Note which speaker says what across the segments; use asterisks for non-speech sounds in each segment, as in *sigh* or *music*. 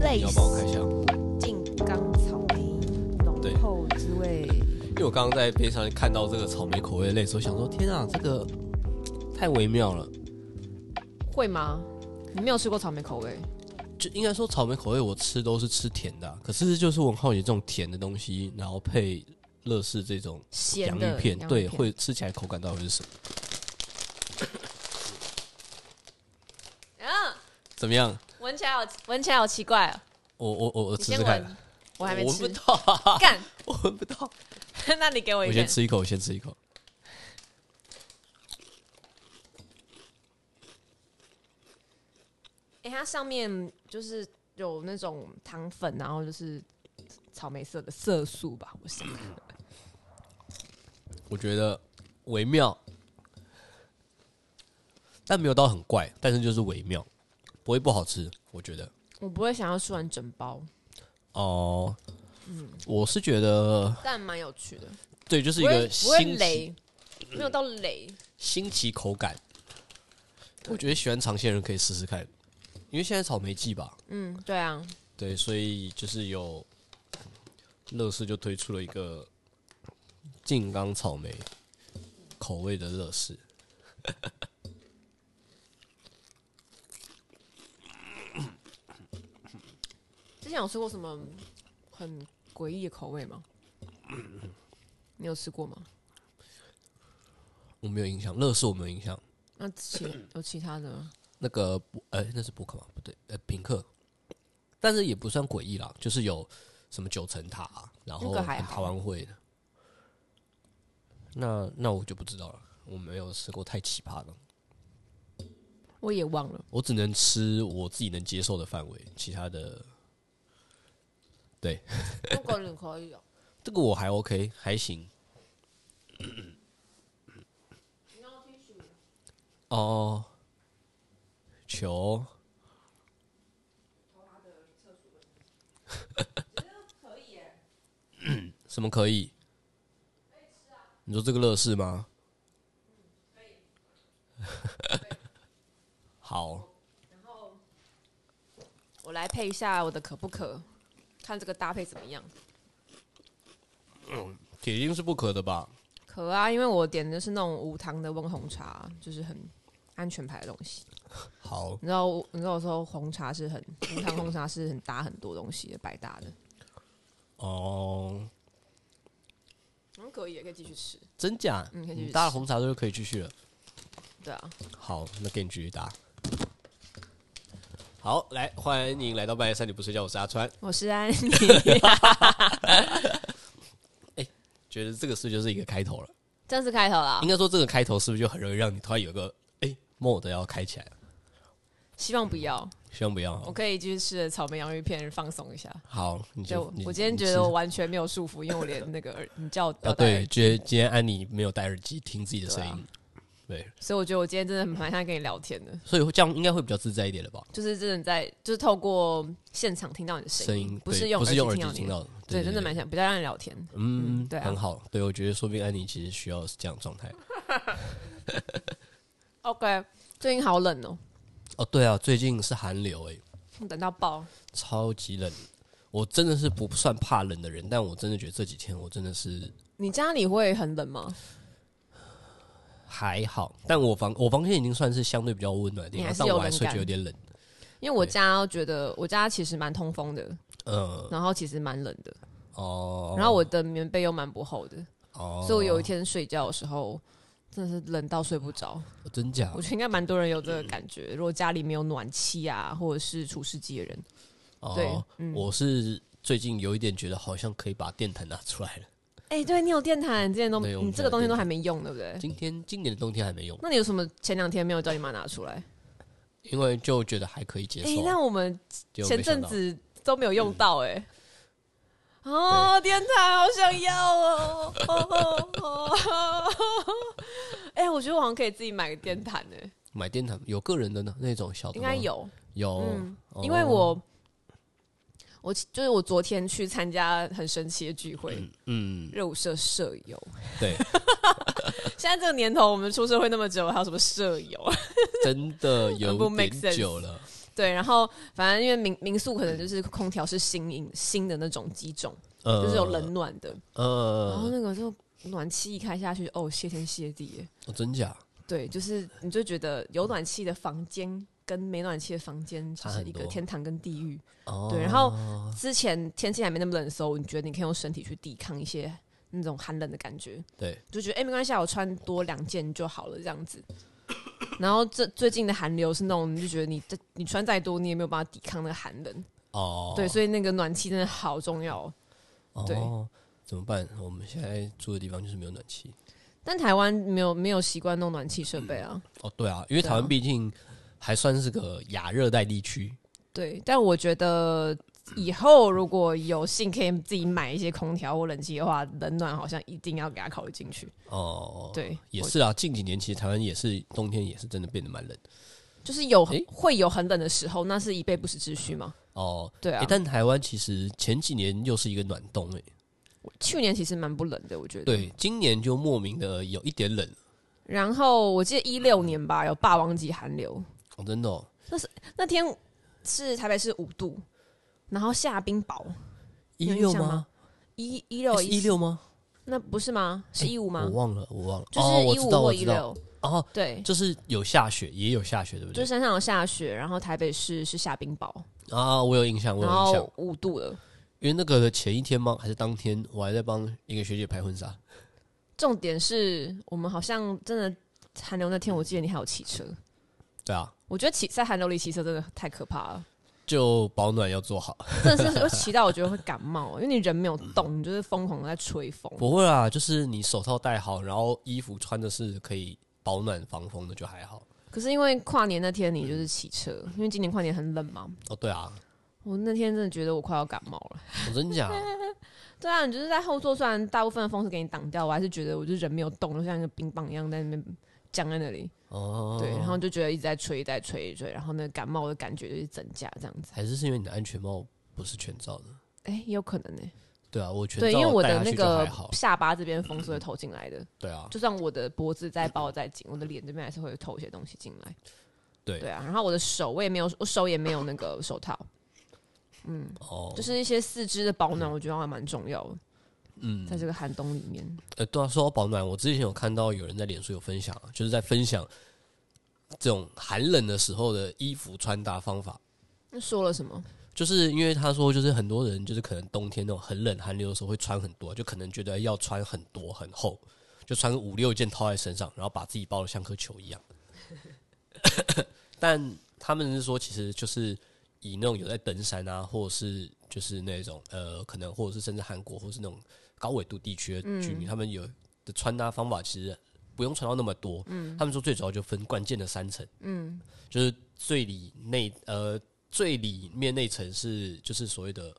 Speaker 1: 类
Speaker 2: 你要
Speaker 1: 似
Speaker 2: 帮我开箱，
Speaker 1: 金刚草莓
Speaker 2: 对
Speaker 1: 浓厚滋味，
Speaker 2: 因为我刚刚在边上看到这个草莓口味的类似，我想说天啊，这个太微妙了。
Speaker 3: 会吗？你没有吃过草莓口味，
Speaker 2: 就应该说草莓口味我吃都是吃甜的啊、可是就是我很好奇这种甜的东西，然后配乐事这种
Speaker 3: 咸
Speaker 2: 洋
Speaker 3: 的
Speaker 2: 芋片，
Speaker 3: 洋
Speaker 2: 对，会吃起来口感到底是什么？
Speaker 3: 啊，
Speaker 2: 怎么样？
Speaker 3: 闻起来好闻起来好奇怪哦。
Speaker 2: 我我我我
Speaker 3: 你
Speaker 2: 吃吃
Speaker 3: 先
Speaker 2: 看
Speaker 3: 闻，，我还没
Speaker 2: 闻不
Speaker 3: 吃。
Speaker 2: 到、啊， *laughs*
Speaker 3: 干，
Speaker 2: 我闻不到。
Speaker 3: 那你给我
Speaker 2: 我
Speaker 3: 一
Speaker 2: 先
Speaker 3: 片。
Speaker 2: 吃一口，我先吃一口。
Speaker 3: 哎、它上面就是有那种糖粉，然后就是草莓色的色素吧，我想。
Speaker 2: 我觉得微妙，但没有到很怪，但是就是微妙，不会不好吃，我觉得。
Speaker 3: 我不会想要吃完整包，
Speaker 2: 哦、我是觉得
Speaker 3: 但蛮有趣的，
Speaker 2: 对，就是一
Speaker 3: 不会
Speaker 2: 个
Speaker 3: 不会
Speaker 2: 新奇
Speaker 3: 雷，没有到雷。
Speaker 2: 新奇口感。我觉得喜欢尝鲜的人可以试试看，因为现在草莓季吧，
Speaker 3: 嗯，对啊，
Speaker 2: 对，所以就是有乐事就推出了一个静冈草莓口味的乐事。
Speaker 3: 之前有吃过什么很诡异的口味 *clears throat* 吗？你有吃过吗？
Speaker 2: 我没有印象，乐事我没有印象。
Speaker 3: 那 *clears throat* 其有其他的吗？
Speaker 2: 那个博呃，那是博客吗？不对，呃，品客，但是也不算诡异啦，就是有什么九层塔、啊然后
Speaker 3: 那个还
Speaker 2: 很
Speaker 3: 好
Speaker 2: 台湾会的。那那我就不知道了，我没有吃过太奇葩的，
Speaker 3: 我也忘了。
Speaker 2: 我只能吃我自己能接受的范围，其他的
Speaker 3: 那个你可以哦、
Speaker 2: 这个我还 OK，还行。哦，球。 *laughs* 什么可以？你说这个乐事吗？ *laughs* 好，
Speaker 3: 我来配一下我的可不可，看这个搭配怎么样。
Speaker 2: 铁定是不可的吧？
Speaker 3: 可啊，因为我点的是那种无糖的温红茶，就是很安全牌的东西。
Speaker 2: 好，
Speaker 3: 你知道我，你知道我说红茶是很无糖红茶是很搭很多东西的，百搭的。
Speaker 2: 哦，
Speaker 3: 嗯，可以，可以继续吃。
Speaker 2: 真假？
Speaker 3: 嗯可以继续
Speaker 2: 你搭了
Speaker 3: 吃
Speaker 2: 红茶就可以继续了。
Speaker 3: 对啊，
Speaker 2: 好，那给你继续答。好，来欢迎来到半夜三点不睡觉，我是阿川。
Speaker 3: 我是安 *laughs* 妮。
Speaker 2: 觉得这个是不是就是一个开头了？
Speaker 3: 这样是开头啦
Speaker 2: 应，该说这个开头是不是就很容易让你突然有个哎 mod 要开起来了？
Speaker 3: 希望不要。
Speaker 2: 希望不要
Speaker 3: 我
Speaker 2: 哦。
Speaker 3: 可以继续吃着草莓洋芋片放松一下。
Speaker 2: 好，你
Speaker 3: 就
Speaker 2: 就你
Speaker 3: 我今天
Speaker 2: 你
Speaker 3: 觉
Speaker 2: 是
Speaker 3: 得我完全没有束缚，因为我连那个耳，你叫我
Speaker 2: 啊，对，，觉得今天安妮没有戴耳机听自己的声音，对，
Speaker 3: 所以我觉得我今天真的很蛮想跟你聊天的，
Speaker 2: 所以这样应该会比较自在一点了吧？
Speaker 3: 就是真的在，就是透过现场听到你的声
Speaker 2: 声
Speaker 3: 音
Speaker 2: 音，
Speaker 3: 不是
Speaker 2: 对
Speaker 3: 用
Speaker 2: 不是用耳
Speaker 3: 听到
Speaker 2: 机
Speaker 3: 你
Speaker 2: 听
Speaker 3: 的，
Speaker 2: 到的，
Speaker 3: 对，真的蛮想比较让你聊天。
Speaker 2: 嗯
Speaker 3: 嗯，对啊
Speaker 2: 很好，对我觉得说不定安妮其实需要是这样的状态。
Speaker 3: OK，最近好冷哦，
Speaker 2: 哦，对啊，最近是寒流哎、
Speaker 3: 等到爆，
Speaker 2: 超级冷。我真的是不算怕冷的人，但我真的觉得这几天我真的是
Speaker 3: 你家里会很冷吗？
Speaker 2: 还好。但我房我房间已经算是相对比较温暖的地
Speaker 3: 你
Speaker 2: 方
Speaker 3: 还，是
Speaker 2: 但
Speaker 3: 有
Speaker 2: 我还
Speaker 3: 冷
Speaker 2: 是会觉
Speaker 3: 感
Speaker 2: 得有点冷。
Speaker 3: 因为我家觉得我家其实蛮通风的，
Speaker 2: 嗯，
Speaker 3: 然后其实蛮冷的，
Speaker 2: 哦，
Speaker 3: 然后我的棉被又蛮不厚的，
Speaker 2: 哦，
Speaker 3: 所以我有一天睡觉的时候真的是冷到睡不着。
Speaker 2: 真假
Speaker 3: 我，觉得应该蛮多人有这个感觉，如果家里没有暖气啊，或者是除湿机的人，对嗯
Speaker 2: 哦，，我是最近有一点觉得好像可以把电毯拿出来了。
Speaker 3: 哎、对你有电毯，你之前都
Speaker 2: 对我们
Speaker 3: 你这个东西都
Speaker 2: 家有电毯
Speaker 3: 还没用，对不对？
Speaker 2: 今天今年的冬天还没用，
Speaker 3: 那你有什么前两天没有叫你妈拿出来？
Speaker 2: 因为就觉得还可以接
Speaker 3: 哎、
Speaker 2: 受啊。
Speaker 3: 那我们
Speaker 2: 结果
Speaker 3: 前
Speaker 2: 没想
Speaker 3: 阵
Speaker 2: 到
Speaker 3: 子都没有用到、哎、哦，电毯好想要哦！哦哦哦 *laughs* 哎、我觉得我好像可以自己买个电毯呢、哎
Speaker 2: 买电毯有个人的呢，那种小的
Speaker 3: 应
Speaker 2: 吗
Speaker 3: 该哎有，
Speaker 2: 有，
Speaker 3: 嗯
Speaker 2: 哦
Speaker 3: 因为我我就是我昨天去参加很神奇的聚会，
Speaker 2: 嗯
Speaker 3: 热舞社舍友。
Speaker 2: 对，
Speaker 3: 现在这个年头，我们出社会那么久，还有什么舍友？ *laughs*
Speaker 2: 真的有
Speaker 3: 不 make
Speaker 2: 点久了。
Speaker 3: 对，然后反正因为民民宿可能就是空调是新引新的那种机种，
Speaker 2: 呃
Speaker 3: 就是有冷暖的，然后
Speaker 2: 呃，
Speaker 3: 那个就暖气一开下去，哦，谢天谢地耶！
Speaker 2: 哦真假
Speaker 3: 对，就是你就觉得有暖气的房间跟没暖气的房间就
Speaker 2: 差
Speaker 3: 是
Speaker 2: 很
Speaker 3: 一个
Speaker 2: 多
Speaker 3: 天堂跟地狱。
Speaker 2: 哦，
Speaker 3: 对，然后之前天气还没那么冷的时候，你觉得你可以用身体去抵抗一些那种寒冷的感觉，
Speaker 2: 对，
Speaker 3: 就觉得哎、诶没关系啊，我穿多两件就好了这样子。然后这最近的寒流是那种，你就觉得你这你穿再多，你也没有办法抵抗那个寒冷。
Speaker 2: 哦，
Speaker 3: 对，所以那个暖气真的好重要哦。对
Speaker 2: 哦，怎么办？我们现在住的地方就是没有暖气。
Speaker 3: 但台湾没有没有习惯弄暖气设备啊。
Speaker 2: 哦，对啊，因为
Speaker 3: 对啊
Speaker 2: 台湾毕竟还算是个亚热带地区。
Speaker 3: 对，但我觉得以后如果有幸可以自己买一些空调或冷气的话，冷暖好像一定要给它考虑进去。
Speaker 2: 哦，，
Speaker 3: 对，
Speaker 2: 也
Speaker 3: 我
Speaker 2: 是啊。近几年其实台湾也是冬天也是真的变得蛮冷。
Speaker 3: 就是有、
Speaker 2: 诶
Speaker 3: 会有很冷的时候，那是一备不时之需嘛。
Speaker 2: 哦，
Speaker 3: 对啊，
Speaker 2: 诶但台湾其实前几年又是一个暖冬诶、
Speaker 3: 去年其实蛮不冷的，我觉得。。
Speaker 2: 对，今年就莫名的有一点冷。
Speaker 3: 然后我记得一六年吧，有霸王级寒流，
Speaker 2: 哦，真的、哦，
Speaker 3: 那天是台北市五度，然后下冰雹，
Speaker 2: 一
Speaker 3: 有印
Speaker 2: 六
Speaker 3: 象吗
Speaker 2: 吗？
Speaker 3: 一一六
Speaker 2: 一六吗？
Speaker 3: 那不是吗？是一五吗
Speaker 2: 我？忘了，我忘了。
Speaker 3: 就
Speaker 2: 哦，
Speaker 3: 是
Speaker 2: 我
Speaker 3: 一
Speaker 2: 知
Speaker 3: 五
Speaker 2: 道，
Speaker 3: 或
Speaker 2: 我
Speaker 3: 一
Speaker 2: 知道。
Speaker 3: 六，
Speaker 2: 哦，
Speaker 3: 对，
Speaker 2: 就是有下雪，也有下雪，对不
Speaker 3: 就
Speaker 2: 对？
Speaker 3: 山上有下雪，然后台北市是下冰雹，
Speaker 2: 啊，我有印象，我有
Speaker 3: 然
Speaker 2: 印象
Speaker 3: 后。五度了。
Speaker 2: 因为那个前一天吗？还是当天？我还在帮一个学姐拍婚纱。
Speaker 3: 重点是我们好像真的寒流那天，我记得你还有骑车。
Speaker 2: 对啊，
Speaker 3: 我觉得骑在寒流里骑车真的太可怕了，
Speaker 2: 就保暖要做好。
Speaker 3: 真的是会骑到我觉得会感冒，因为你人没有动，你就是疯狂的在吹风。
Speaker 2: 不会啦，就是你手套戴好，然后衣服穿的是可以保暖防风的，就还好。
Speaker 3: 可是因为跨年那天你就是骑车，因为今年跨年很冷嘛，
Speaker 2: 哦，对啊，
Speaker 3: 我那天真的觉得我快要感冒了。
Speaker 2: 我
Speaker 3: *laughs*
Speaker 2: 真假？
Speaker 3: 对啊，你就是在后座，虽然大部分的风是给你挡掉，我还是觉得我就人没有动，就像一个冰棒一样在那边僵在那里。
Speaker 2: 哦，
Speaker 3: 对，然后就觉得一直在吹，一直在吹，一直吹，然后那个感冒的感觉就是增加这样子。
Speaker 2: 还是是因为你的安全帽不是全罩的。
Speaker 3: 哎、也有可能呢、
Speaker 2: 对啊，我全罩
Speaker 3: 对，因为我
Speaker 2: 戴
Speaker 3: 的
Speaker 2: 下
Speaker 3: 那
Speaker 2: 去就
Speaker 3: 个
Speaker 2: 还好。
Speaker 3: 下巴这边风是会透进来的，
Speaker 2: 对啊，
Speaker 3: 就算我的脖子再包再紧，我的脸这边还是会透一些东西进来。
Speaker 2: 对
Speaker 3: 对啊，然后我的手我也没有，我手也没有那个手套，
Speaker 2: 哦，
Speaker 3: 就是一些四肢的保暖，我觉得还蛮重要的，
Speaker 2: 嗯，
Speaker 3: 在这个寒冬里面。
Speaker 2: 呃，对啊，说到保暖，我之前有看到有人在脸书有分享，就是在分享这种寒冷的时候的衣服穿搭方法。
Speaker 3: 那说了什么？
Speaker 2: 就是因为他说，就是很多人就是可能冬天那种很冷寒流的时候会穿很多，就可能觉得要穿很多很厚，就穿五六件套在身上，然后把自己包的像颗球一样。但他们是说，其实就是以那种有在登山啊，或者是就是那种呃，可能或者是甚至韩国或是那种高纬度地区的居
Speaker 3: 嗯
Speaker 2: 民，他们有的穿搭方法其实不用穿到那么多。
Speaker 3: 嗯
Speaker 2: 他们说最主要就分关键的三层，就是最里内呃最里面那层是就是所谓的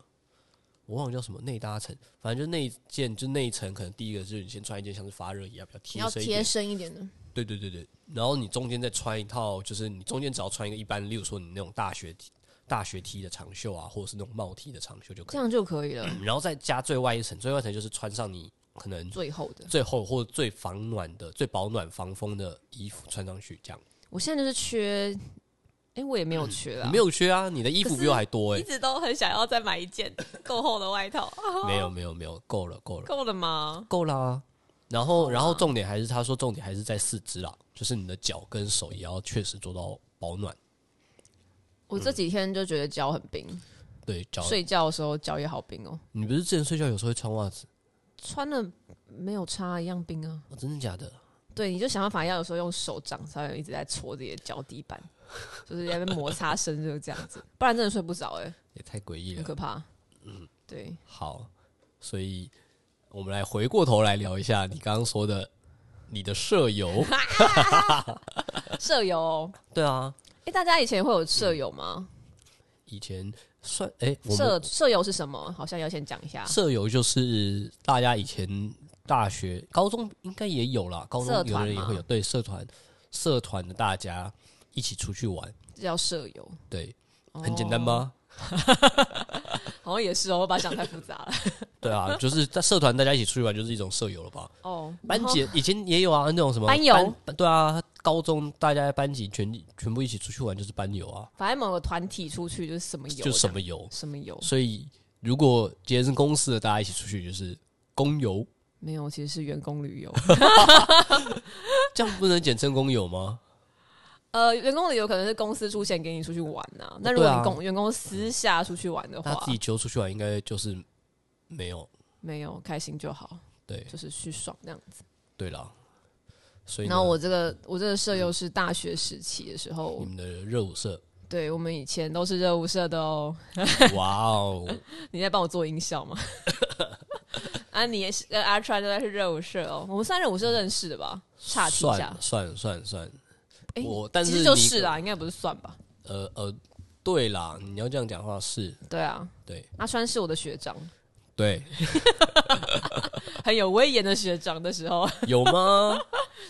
Speaker 2: 我忘了叫什么内搭层，反正就那一件就那一层可能第一个就是你先穿一件像是发热衣啊比较
Speaker 3: 你
Speaker 2: 贴
Speaker 3: 要
Speaker 2: 身一
Speaker 3: 贴
Speaker 2: 点，
Speaker 3: 身一点的，
Speaker 2: 对对对对，然后你中间再穿一套，就是你中间只要穿一个一般，例如说你那种大学 T- 大学 T 的长袖啊，或者是那种帽 T 的长袖就可
Speaker 3: 这
Speaker 2: 以，
Speaker 3: 样就可以了。
Speaker 2: 然后再加最外一层，最外一层就是穿上你可能
Speaker 3: 最后的，
Speaker 2: 最厚或最防暖的、最保暖防风的衣服穿上去，这样
Speaker 3: 我现在就是缺，哎、我也没有缺啦，
Speaker 2: 没有缺啊，你的衣服
Speaker 3: 可是
Speaker 2: 比我
Speaker 3: *laughs*
Speaker 2: 还多哎、
Speaker 3: 一直都很想要再买一
Speaker 2: *laughs*
Speaker 3: 件够厚的外套，啊
Speaker 2: 没有没有没有，够了够了
Speaker 3: 够了吗？
Speaker 2: 够啦。然后然后重点还是他说重点还是在四肢啦，就是你的脚跟手也要确实做到保暖。
Speaker 3: 我这几天就觉得脚很冰，
Speaker 2: 嗯对脚，
Speaker 3: 睡觉的时候脚也好冰哦、
Speaker 2: 你不是之前睡觉有时候会穿袜子？
Speaker 3: 穿了没有差一样冰啊。
Speaker 2: 哦、真的假的？
Speaker 3: 对，你就想办法要有时候用手掌稍微一直在戳自己的脚底板，就是在那边摩擦声就是这样子，不然真的睡不着哎、
Speaker 2: 也太诡异
Speaker 3: 很
Speaker 2: 了。
Speaker 3: 可怕。
Speaker 2: 嗯
Speaker 3: 对，
Speaker 2: 好，所以我们来回过头来聊一下你刚刚说的你的舍友。
Speaker 3: 舍友哦，
Speaker 2: *laughs* 对啊，
Speaker 3: 哎、大家以前会有舍友吗？
Speaker 2: 以前算哎、我们
Speaker 3: 舍舍友是什么？好像要先讲一下。
Speaker 2: 舍友就是大家以前大学、高中应该也有啦，高中
Speaker 3: 社
Speaker 2: 有
Speaker 3: 团
Speaker 2: 人也
Speaker 3: 嘛
Speaker 2: 会有对社团、社团的大家一起出去玩，
Speaker 3: 这叫舍友，哦
Speaker 2: 对，很简单吗？
Speaker 3: 好像也是哦，我把它想太复杂了。
Speaker 2: 对 *laughs* 啊，就是在社团大家一起出去玩，就是一种舍友了吧？
Speaker 3: 哦，
Speaker 2: 班姐以前也有啊，那种什么
Speaker 3: 班友
Speaker 2: 对啊，高中大家班级全全部一起出去玩就是班游啊，
Speaker 3: 反正某个团体出去就是什么游，
Speaker 2: 就什么游。
Speaker 3: 什么游，
Speaker 2: 所以如果今天是公司的，大家一起出去就是公游，
Speaker 3: 没有，其实是员工旅游。
Speaker 2: 这样不能简称公
Speaker 3: *laughs*
Speaker 2: 游吗？
Speaker 3: 呃，员工旅游可能是公司出钱给你出去玩呐、那如果你公、员工私下出去玩的
Speaker 2: 他
Speaker 3: 话
Speaker 2: 啊自，己揪出去玩应该就是没有。
Speaker 3: 没有开心就好，
Speaker 2: 对
Speaker 3: 就是去爽那样子。
Speaker 2: 对啦，所以呢
Speaker 3: 然后我这个我这个社又是大学时期的时候
Speaker 2: 嗯你，们的热
Speaker 3: *laughs*
Speaker 2: 舞社，
Speaker 3: 对我们以前都是热舞社的哦。
Speaker 2: 哇哦，
Speaker 3: 你在帮我做音效吗？ *laughs* 啊，你也是呃，阿川都在是热舞社哦。我们算热舞社认识的吧？ *laughs* 岔题一
Speaker 2: 算
Speaker 3: 下
Speaker 2: 了，算了算了算了，
Speaker 3: 哎
Speaker 2: 我但
Speaker 3: 其实
Speaker 2: 是
Speaker 3: 就是
Speaker 2: 你
Speaker 3: 啦，应该不是算吧？
Speaker 2: 呃呃，对啦，你要这样讲话是
Speaker 3: 对啊，
Speaker 2: 对
Speaker 3: 阿川是我的学长，
Speaker 2: 对，
Speaker 3: 很有威严的学长的时候，
Speaker 2: 有吗？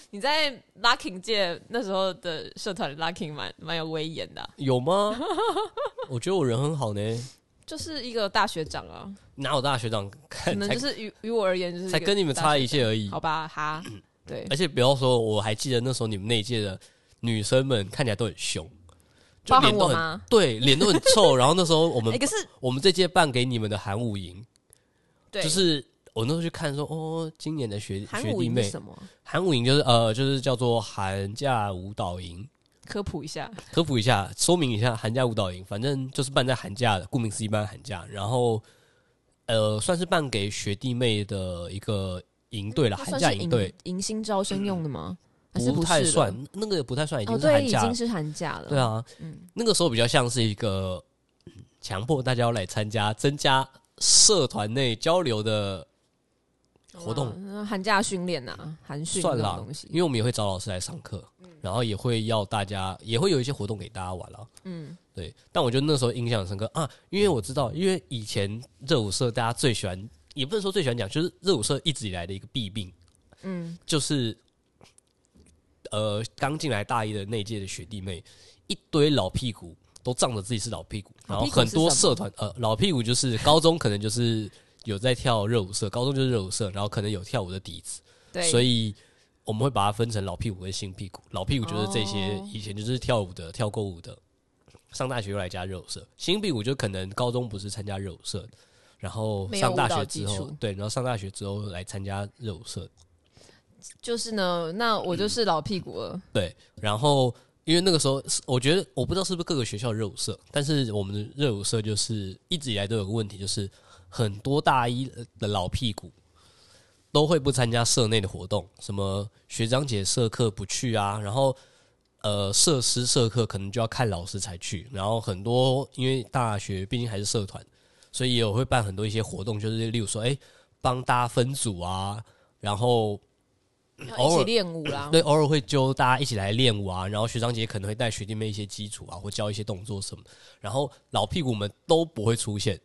Speaker 3: 你在 locking 界那时候的社团 locking 蛮蛮有威严的啊、
Speaker 2: 有吗？ *laughs* 我觉得我人很好呢，
Speaker 3: 就是一个大学长啊，
Speaker 2: 哪有大学长
Speaker 3: 可
Speaker 2: 看
Speaker 3: 能
Speaker 2: 才
Speaker 3: 就是于于我而言就是一个
Speaker 2: 才跟你们
Speaker 3: 大
Speaker 2: 差一嗯哎些而已
Speaker 3: 好。吧哈，对，
Speaker 2: 而且不要说，我还记得那时候你们那一届的女生们看起来都很凶，就
Speaker 3: 包含
Speaker 2: 脸都
Speaker 3: 我
Speaker 2: 很
Speaker 3: 吗？
Speaker 2: 对，
Speaker 3: *laughs*
Speaker 2: 脸都很臭。然后那时候我
Speaker 3: 哎、
Speaker 2: 们
Speaker 3: 可是
Speaker 2: 我们这届办给你们的韩舞营，
Speaker 3: 对，
Speaker 2: 就是我那时候去看说，哦，今年的学
Speaker 3: 韩
Speaker 2: 学
Speaker 3: 舞
Speaker 2: 弟
Speaker 3: 营是
Speaker 2: 妹，
Speaker 3: 什么？啊
Speaker 2: 韩舞营就是呃，就是叫做寒假舞蹈营。
Speaker 3: 科普一下，
Speaker 2: 科普一下，说明一下寒假舞蹈营，反正就是办在寒假的，顾名思义办在寒假，然后呃，算是办给学弟妹的一个营队了，
Speaker 3: 它
Speaker 2: 寒
Speaker 3: 算
Speaker 2: 假
Speaker 3: 是
Speaker 2: 营队
Speaker 3: 迎迎新招生用的吗？还是
Speaker 2: 太
Speaker 3: 是的
Speaker 2: 算，那个也不太算，已
Speaker 3: 哦，
Speaker 2: 经是
Speaker 3: 对，
Speaker 2: 寒
Speaker 3: 已
Speaker 2: 假了，
Speaker 3: 经是寒假了。
Speaker 2: 对，啊，
Speaker 3: 嗯，
Speaker 2: 那个时候比较像是一个嗯强迫大家要来参加，增加社团内交流的活动
Speaker 3: 哇那寒假训练呐，寒训
Speaker 2: 算
Speaker 3: 这
Speaker 2: 啦
Speaker 3: 种东，
Speaker 2: 因
Speaker 3: 西。
Speaker 2: 为我们也会找老师来上课，然后也会要大家，也会有一些活动给大家玩了、
Speaker 3: 嗯，
Speaker 2: 对，但我觉得那时候印象很深刻啊，因为我知道，因为以前热舞社大家最喜欢，也不是说最喜欢讲，就是热舞社一直以来的一个弊病，
Speaker 3: 嗯，
Speaker 2: 就是呃，刚进来大一的那一届的学弟妹，一堆老屁股都仗着自己是老屁股，然后很多社团呃，老屁股就是高中可能就是有在跳热舞社，高中就是热舞社，然后可能有跳舞的底子，
Speaker 3: 对，
Speaker 2: 所
Speaker 3: 以
Speaker 2: 以我们会把它分成老屁股跟新屁股。老屁股就是这些
Speaker 3: 哦
Speaker 2: 以前就是跳舞的、跳过舞的，上大学又来加热舞社。新屁股就可能高中不是参加热舞社，然后
Speaker 3: 没有
Speaker 2: 上大
Speaker 3: 舞蹈
Speaker 2: 学
Speaker 3: 基
Speaker 2: 之后
Speaker 3: 础，
Speaker 2: 对，然后上大学之后来参加热舞社，
Speaker 3: 就是呢，那我就是老屁股了。
Speaker 2: 对，然后。因为那个时候是，我觉得我不知道是不是各个学校的热舞社，但是我们的热舞社就是一直以来都有个问题，就是很多大一的老屁股都会不参加社内的活动，什么学长姐社课不去啊，然后呃社师社课可能就要看老师才去，然后很多因为大学毕竟还是社团，所以也有会办很多一些活动，就是例如说哎、帮大家分组啊，然后
Speaker 3: 要一
Speaker 2: 偶
Speaker 3: 起
Speaker 2: 尔
Speaker 3: 练舞啦，
Speaker 2: 对，嗯偶尔会揪大家一起来练舞啊，然后学长姐可能会带学弟妹一些基础啊，或教一些动作什么，然后老屁股们都不会出现，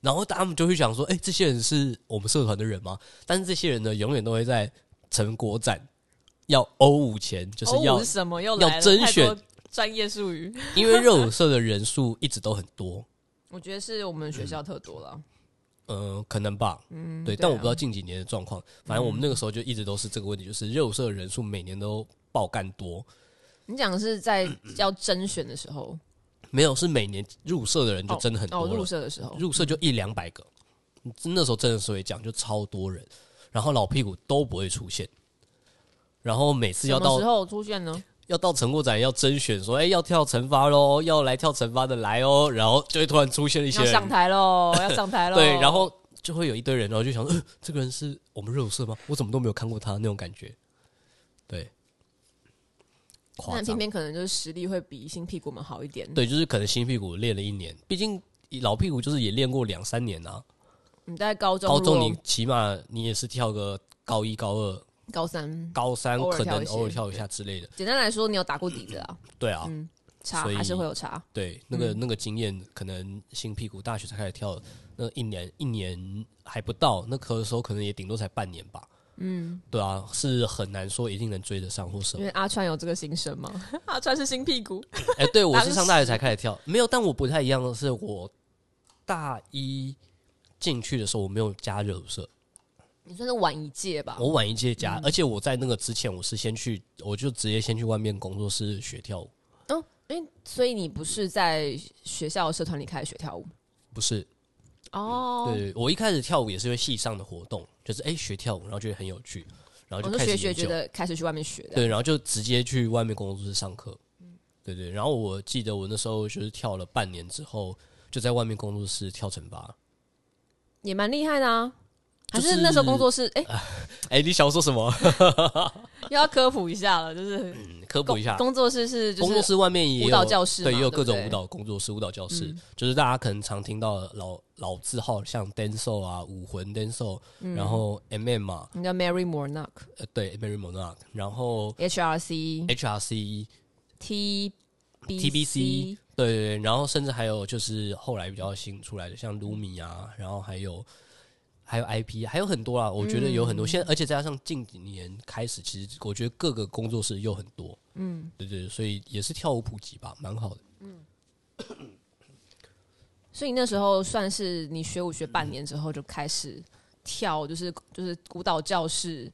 Speaker 2: 然后他们就会想说，哎、这些人是我们社团的人吗？但是这些人呢，永远都会在成果展要欧舞前，就是
Speaker 3: 哦
Speaker 2: 要
Speaker 3: 我是什么又
Speaker 2: 要
Speaker 3: 来了
Speaker 2: 甄
Speaker 3: 太多
Speaker 2: 选
Speaker 3: 专业术语，
Speaker 2: 因为热舞社的人数一直都很多， *laughs*
Speaker 3: 我觉得是我们学校特多了。
Speaker 2: 呃，可能吧，
Speaker 3: 嗯，
Speaker 2: 对，
Speaker 3: 啊嗯
Speaker 2: 但我不知道近几年的状况，反正我们那个时候就一直都是这个问题，就是热舞社的人数每年都爆干多，
Speaker 3: 你讲的是在要甄选的时候，
Speaker 2: 没有是每年入社的人就真的很多
Speaker 3: 哦，
Speaker 2: 了。
Speaker 3: 入社的时候，
Speaker 2: 入社就一两百个，那时候真的是会讲，就超多人，然后老屁股都不会出现，然后每次
Speaker 3: 什
Speaker 2: 要
Speaker 3: 么
Speaker 2: 到
Speaker 3: 时候出现呢？
Speaker 2: 要到成果展要甄选说，哎、要跳惩罚喽，要来跳惩罚的来哦，然后就会突然出现一些
Speaker 3: 要上
Speaker 2: 人，
Speaker 3: 台喽，要上台喽。
Speaker 2: *laughs* 对，然后就会有一堆人，然后就想说，呃、这个人是我们热舞社吗？我怎么都没有看过他那种感觉，对，夸
Speaker 3: 但
Speaker 2: 张
Speaker 3: 偏。偏可能就是实力会比新屁股们好一点。
Speaker 2: 对，就是可能新屁股练了一年，毕竟老屁股就是也练过两三年啊。
Speaker 3: 你在嗯高中、
Speaker 2: 高中你起码你也是跳个高一、高二，
Speaker 3: 高三，
Speaker 2: 高三
Speaker 3: 偶尔
Speaker 2: 可
Speaker 3: 跳
Speaker 2: 能
Speaker 3: 一些
Speaker 2: 偶尔跳一下之类的，
Speaker 3: 简单来说，你有打过底子啊，
Speaker 2: 对啊，
Speaker 3: 嗯，差
Speaker 2: 所以
Speaker 3: 还是会有差。
Speaker 2: 对，那个、那个经验，可能新屁股大学才开始跳，那一年一年还不到，那可的时候可能也顶多才半年吧，嗯，对啊，是很难说一定能追得上或什
Speaker 3: 因
Speaker 2: 么。
Speaker 3: 为阿川有这个心声吗？ *laughs* 阿川是新屁股，
Speaker 2: 哎、对我
Speaker 3: 当
Speaker 2: 是上大学才开始跳，没有，但我不太一样的是，我大一进去的时候我没有加热舞社，
Speaker 3: 你算是晚一届吧？
Speaker 2: 我晚一届
Speaker 3: 嗯
Speaker 2: 加，而且我在那个之前，我是先去，我就直接先去外面工作室学跳舞，
Speaker 3: 嗯，因为所以你不是在学校的社团里开始学跳舞
Speaker 2: 不是
Speaker 3: 哦？
Speaker 2: 对，我一开始跳舞也是因为系上的活动，就是哎、诶学跳舞，然后觉得很有趣，然后
Speaker 3: 我
Speaker 2: 就
Speaker 3: 就
Speaker 2: 开
Speaker 3: 哦学
Speaker 2: 始
Speaker 3: 学
Speaker 2: 研
Speaker 3: 觉
Speaker 2: 究。
Speaker 3: 得开始去外面学的。
Speaker 2: 对，然后就直接去外面工作室上课。对对。然后我记得我那时候就是跳了半年之后，就在外面工作室跳惩罚。
Speaker 3: 也蛮厉害的啊。还
Speaker 2: 就是
Speaker 3: 是那时候工作室，哎、
Speaker 2: 哎，你想说什么？
Speaker 3: 又要科普一下了，就是
Speaker 2: 嗯科普
Speaker 3: 工
Speaker 2: 一下。
Speaker 3: 工作室是就
Speaker 2: 工作
Speaker 3: 是
Speaker 2: 室外面也有
Speaker 3: 舞蹈教室嘛
Speaker 2: 对，也有
Speaker 3: 对不嗯
Speaker 2: 各种
Speaker 3: 对
Speaker 2: 舞蹈工作室、舞蹈教室，就是大家可能常听到的老老字号，像 Danso 啊、武魂 Danso，、然
Speaker 3: 嗯
Speaker 2: 后 MM 嘛，
Speaker 3: 你叫 Mary Mornock
Speaker 2: 呃，对，Mary Monarch，然后
Speaker 3: 嗯 HRC
Speaker 2: HRC、
Speaker 3: T B
Speaker 2: TBC，对对对，然后甚至还有就是后来比较新出来的，像 Lumi 啊，然后还有还有 IP，还有很多啊啦。我觉得有很多，现在而且再加上近几年开始，其实我觉得各个工作室又很多，嗯，对对，所以也是跳舞普及吧，蛮好的。
Speaker 3: 所以那时候算是你学舞学半年之后就开始跳，就是就是舞蹈教室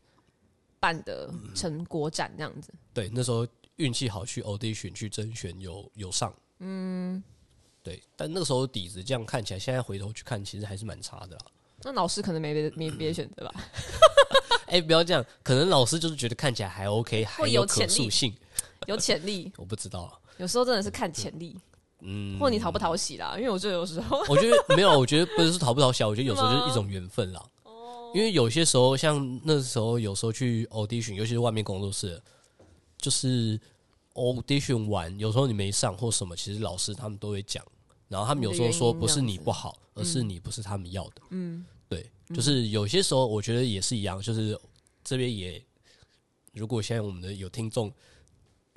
Speaker 3: 办的成果展那样子。
Speaker 2: 对，那时候运气好去 audition 去甄选有有上，嗯，对，但那个时候底子这样看起来，现在回头去看，其实还是蛮差的啦。
Speaker 3: 那老师可能没别的没别的选择吧？
Speaker 2: 哎、不要这样，可能老师就是觉得看起来还 OK，还
Speaker 3: 会有
Speaker 2: 可
Speaker 3: 潜力
Speaker 2: 塑性，
Speaker 3: 有潜力，
Speaker 2: 我不知道啊。
Speaker 3: 有时候真的是看潜力，
Speaker 2: 嗯，
Speaker 3: 或你讨不讨喜啦。因为我觉得有时候
Speaker 2: 我觉得没有，我觉得不是讨不讨巧，我觉得有时候就是一种缘分啦。
Speaker 3: 哦
Speaker 2: 因为有些时候，像那时候有时候去 audition，尤其是外面工作室，就是 audition 完，有时候你没上或什么，其实老师他们都会讲，然后他们有时候说
Speaker 3: 你的原因
Speaker 2: 不是
Speaker 3: 这
Speaker 2: 你
Speaker 3: 样子
Speaker 2: 不好，而是你不是他们要的。嗯，对，就是有些时候我觉得也是一样，就是这边也，如果现在我们的有听众。 *coughs*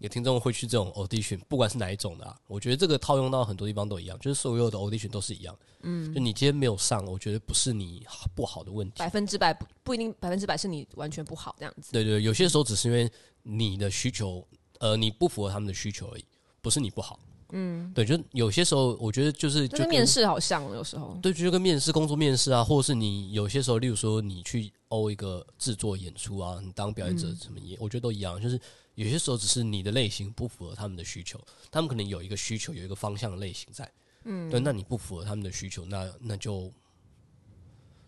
Speaker 2: 有听众会去这种 audition，不管是哪一种的、啊，我觉得这个套用到很多地方都一样，就是所有的 audition 都是一样。嗯，就你今天没有上，我觉得不是你不好的问题
Speaker 3: 百，分之百不不一定百分之百是你完全不好这样子。
Speaker 2: 对对，有些时候只是因为你的需求，呃，你不符合他们的需求而已，不是你不好。嗯，对，就有些时候我觉得就是
Speaker 3: 就
Speaker 2: 就
Speaker 3: 跟
Speaker 2: 跟
Speaker 3: 面，试好像有时候，
Speaker 2: 对，就跟面试工作面试啊，或者是你有些时候，例如说你去欧一个制作演出啊，你当表演
Speaker 3: 嗯
Speaker 2: 者什么也，我觉得都一样，就是有些时候只是你的类型不符合他们的需求，他们可能有一个需求，有一个方向的类型在。嗯，对，那你不符合他们的需求，那那就，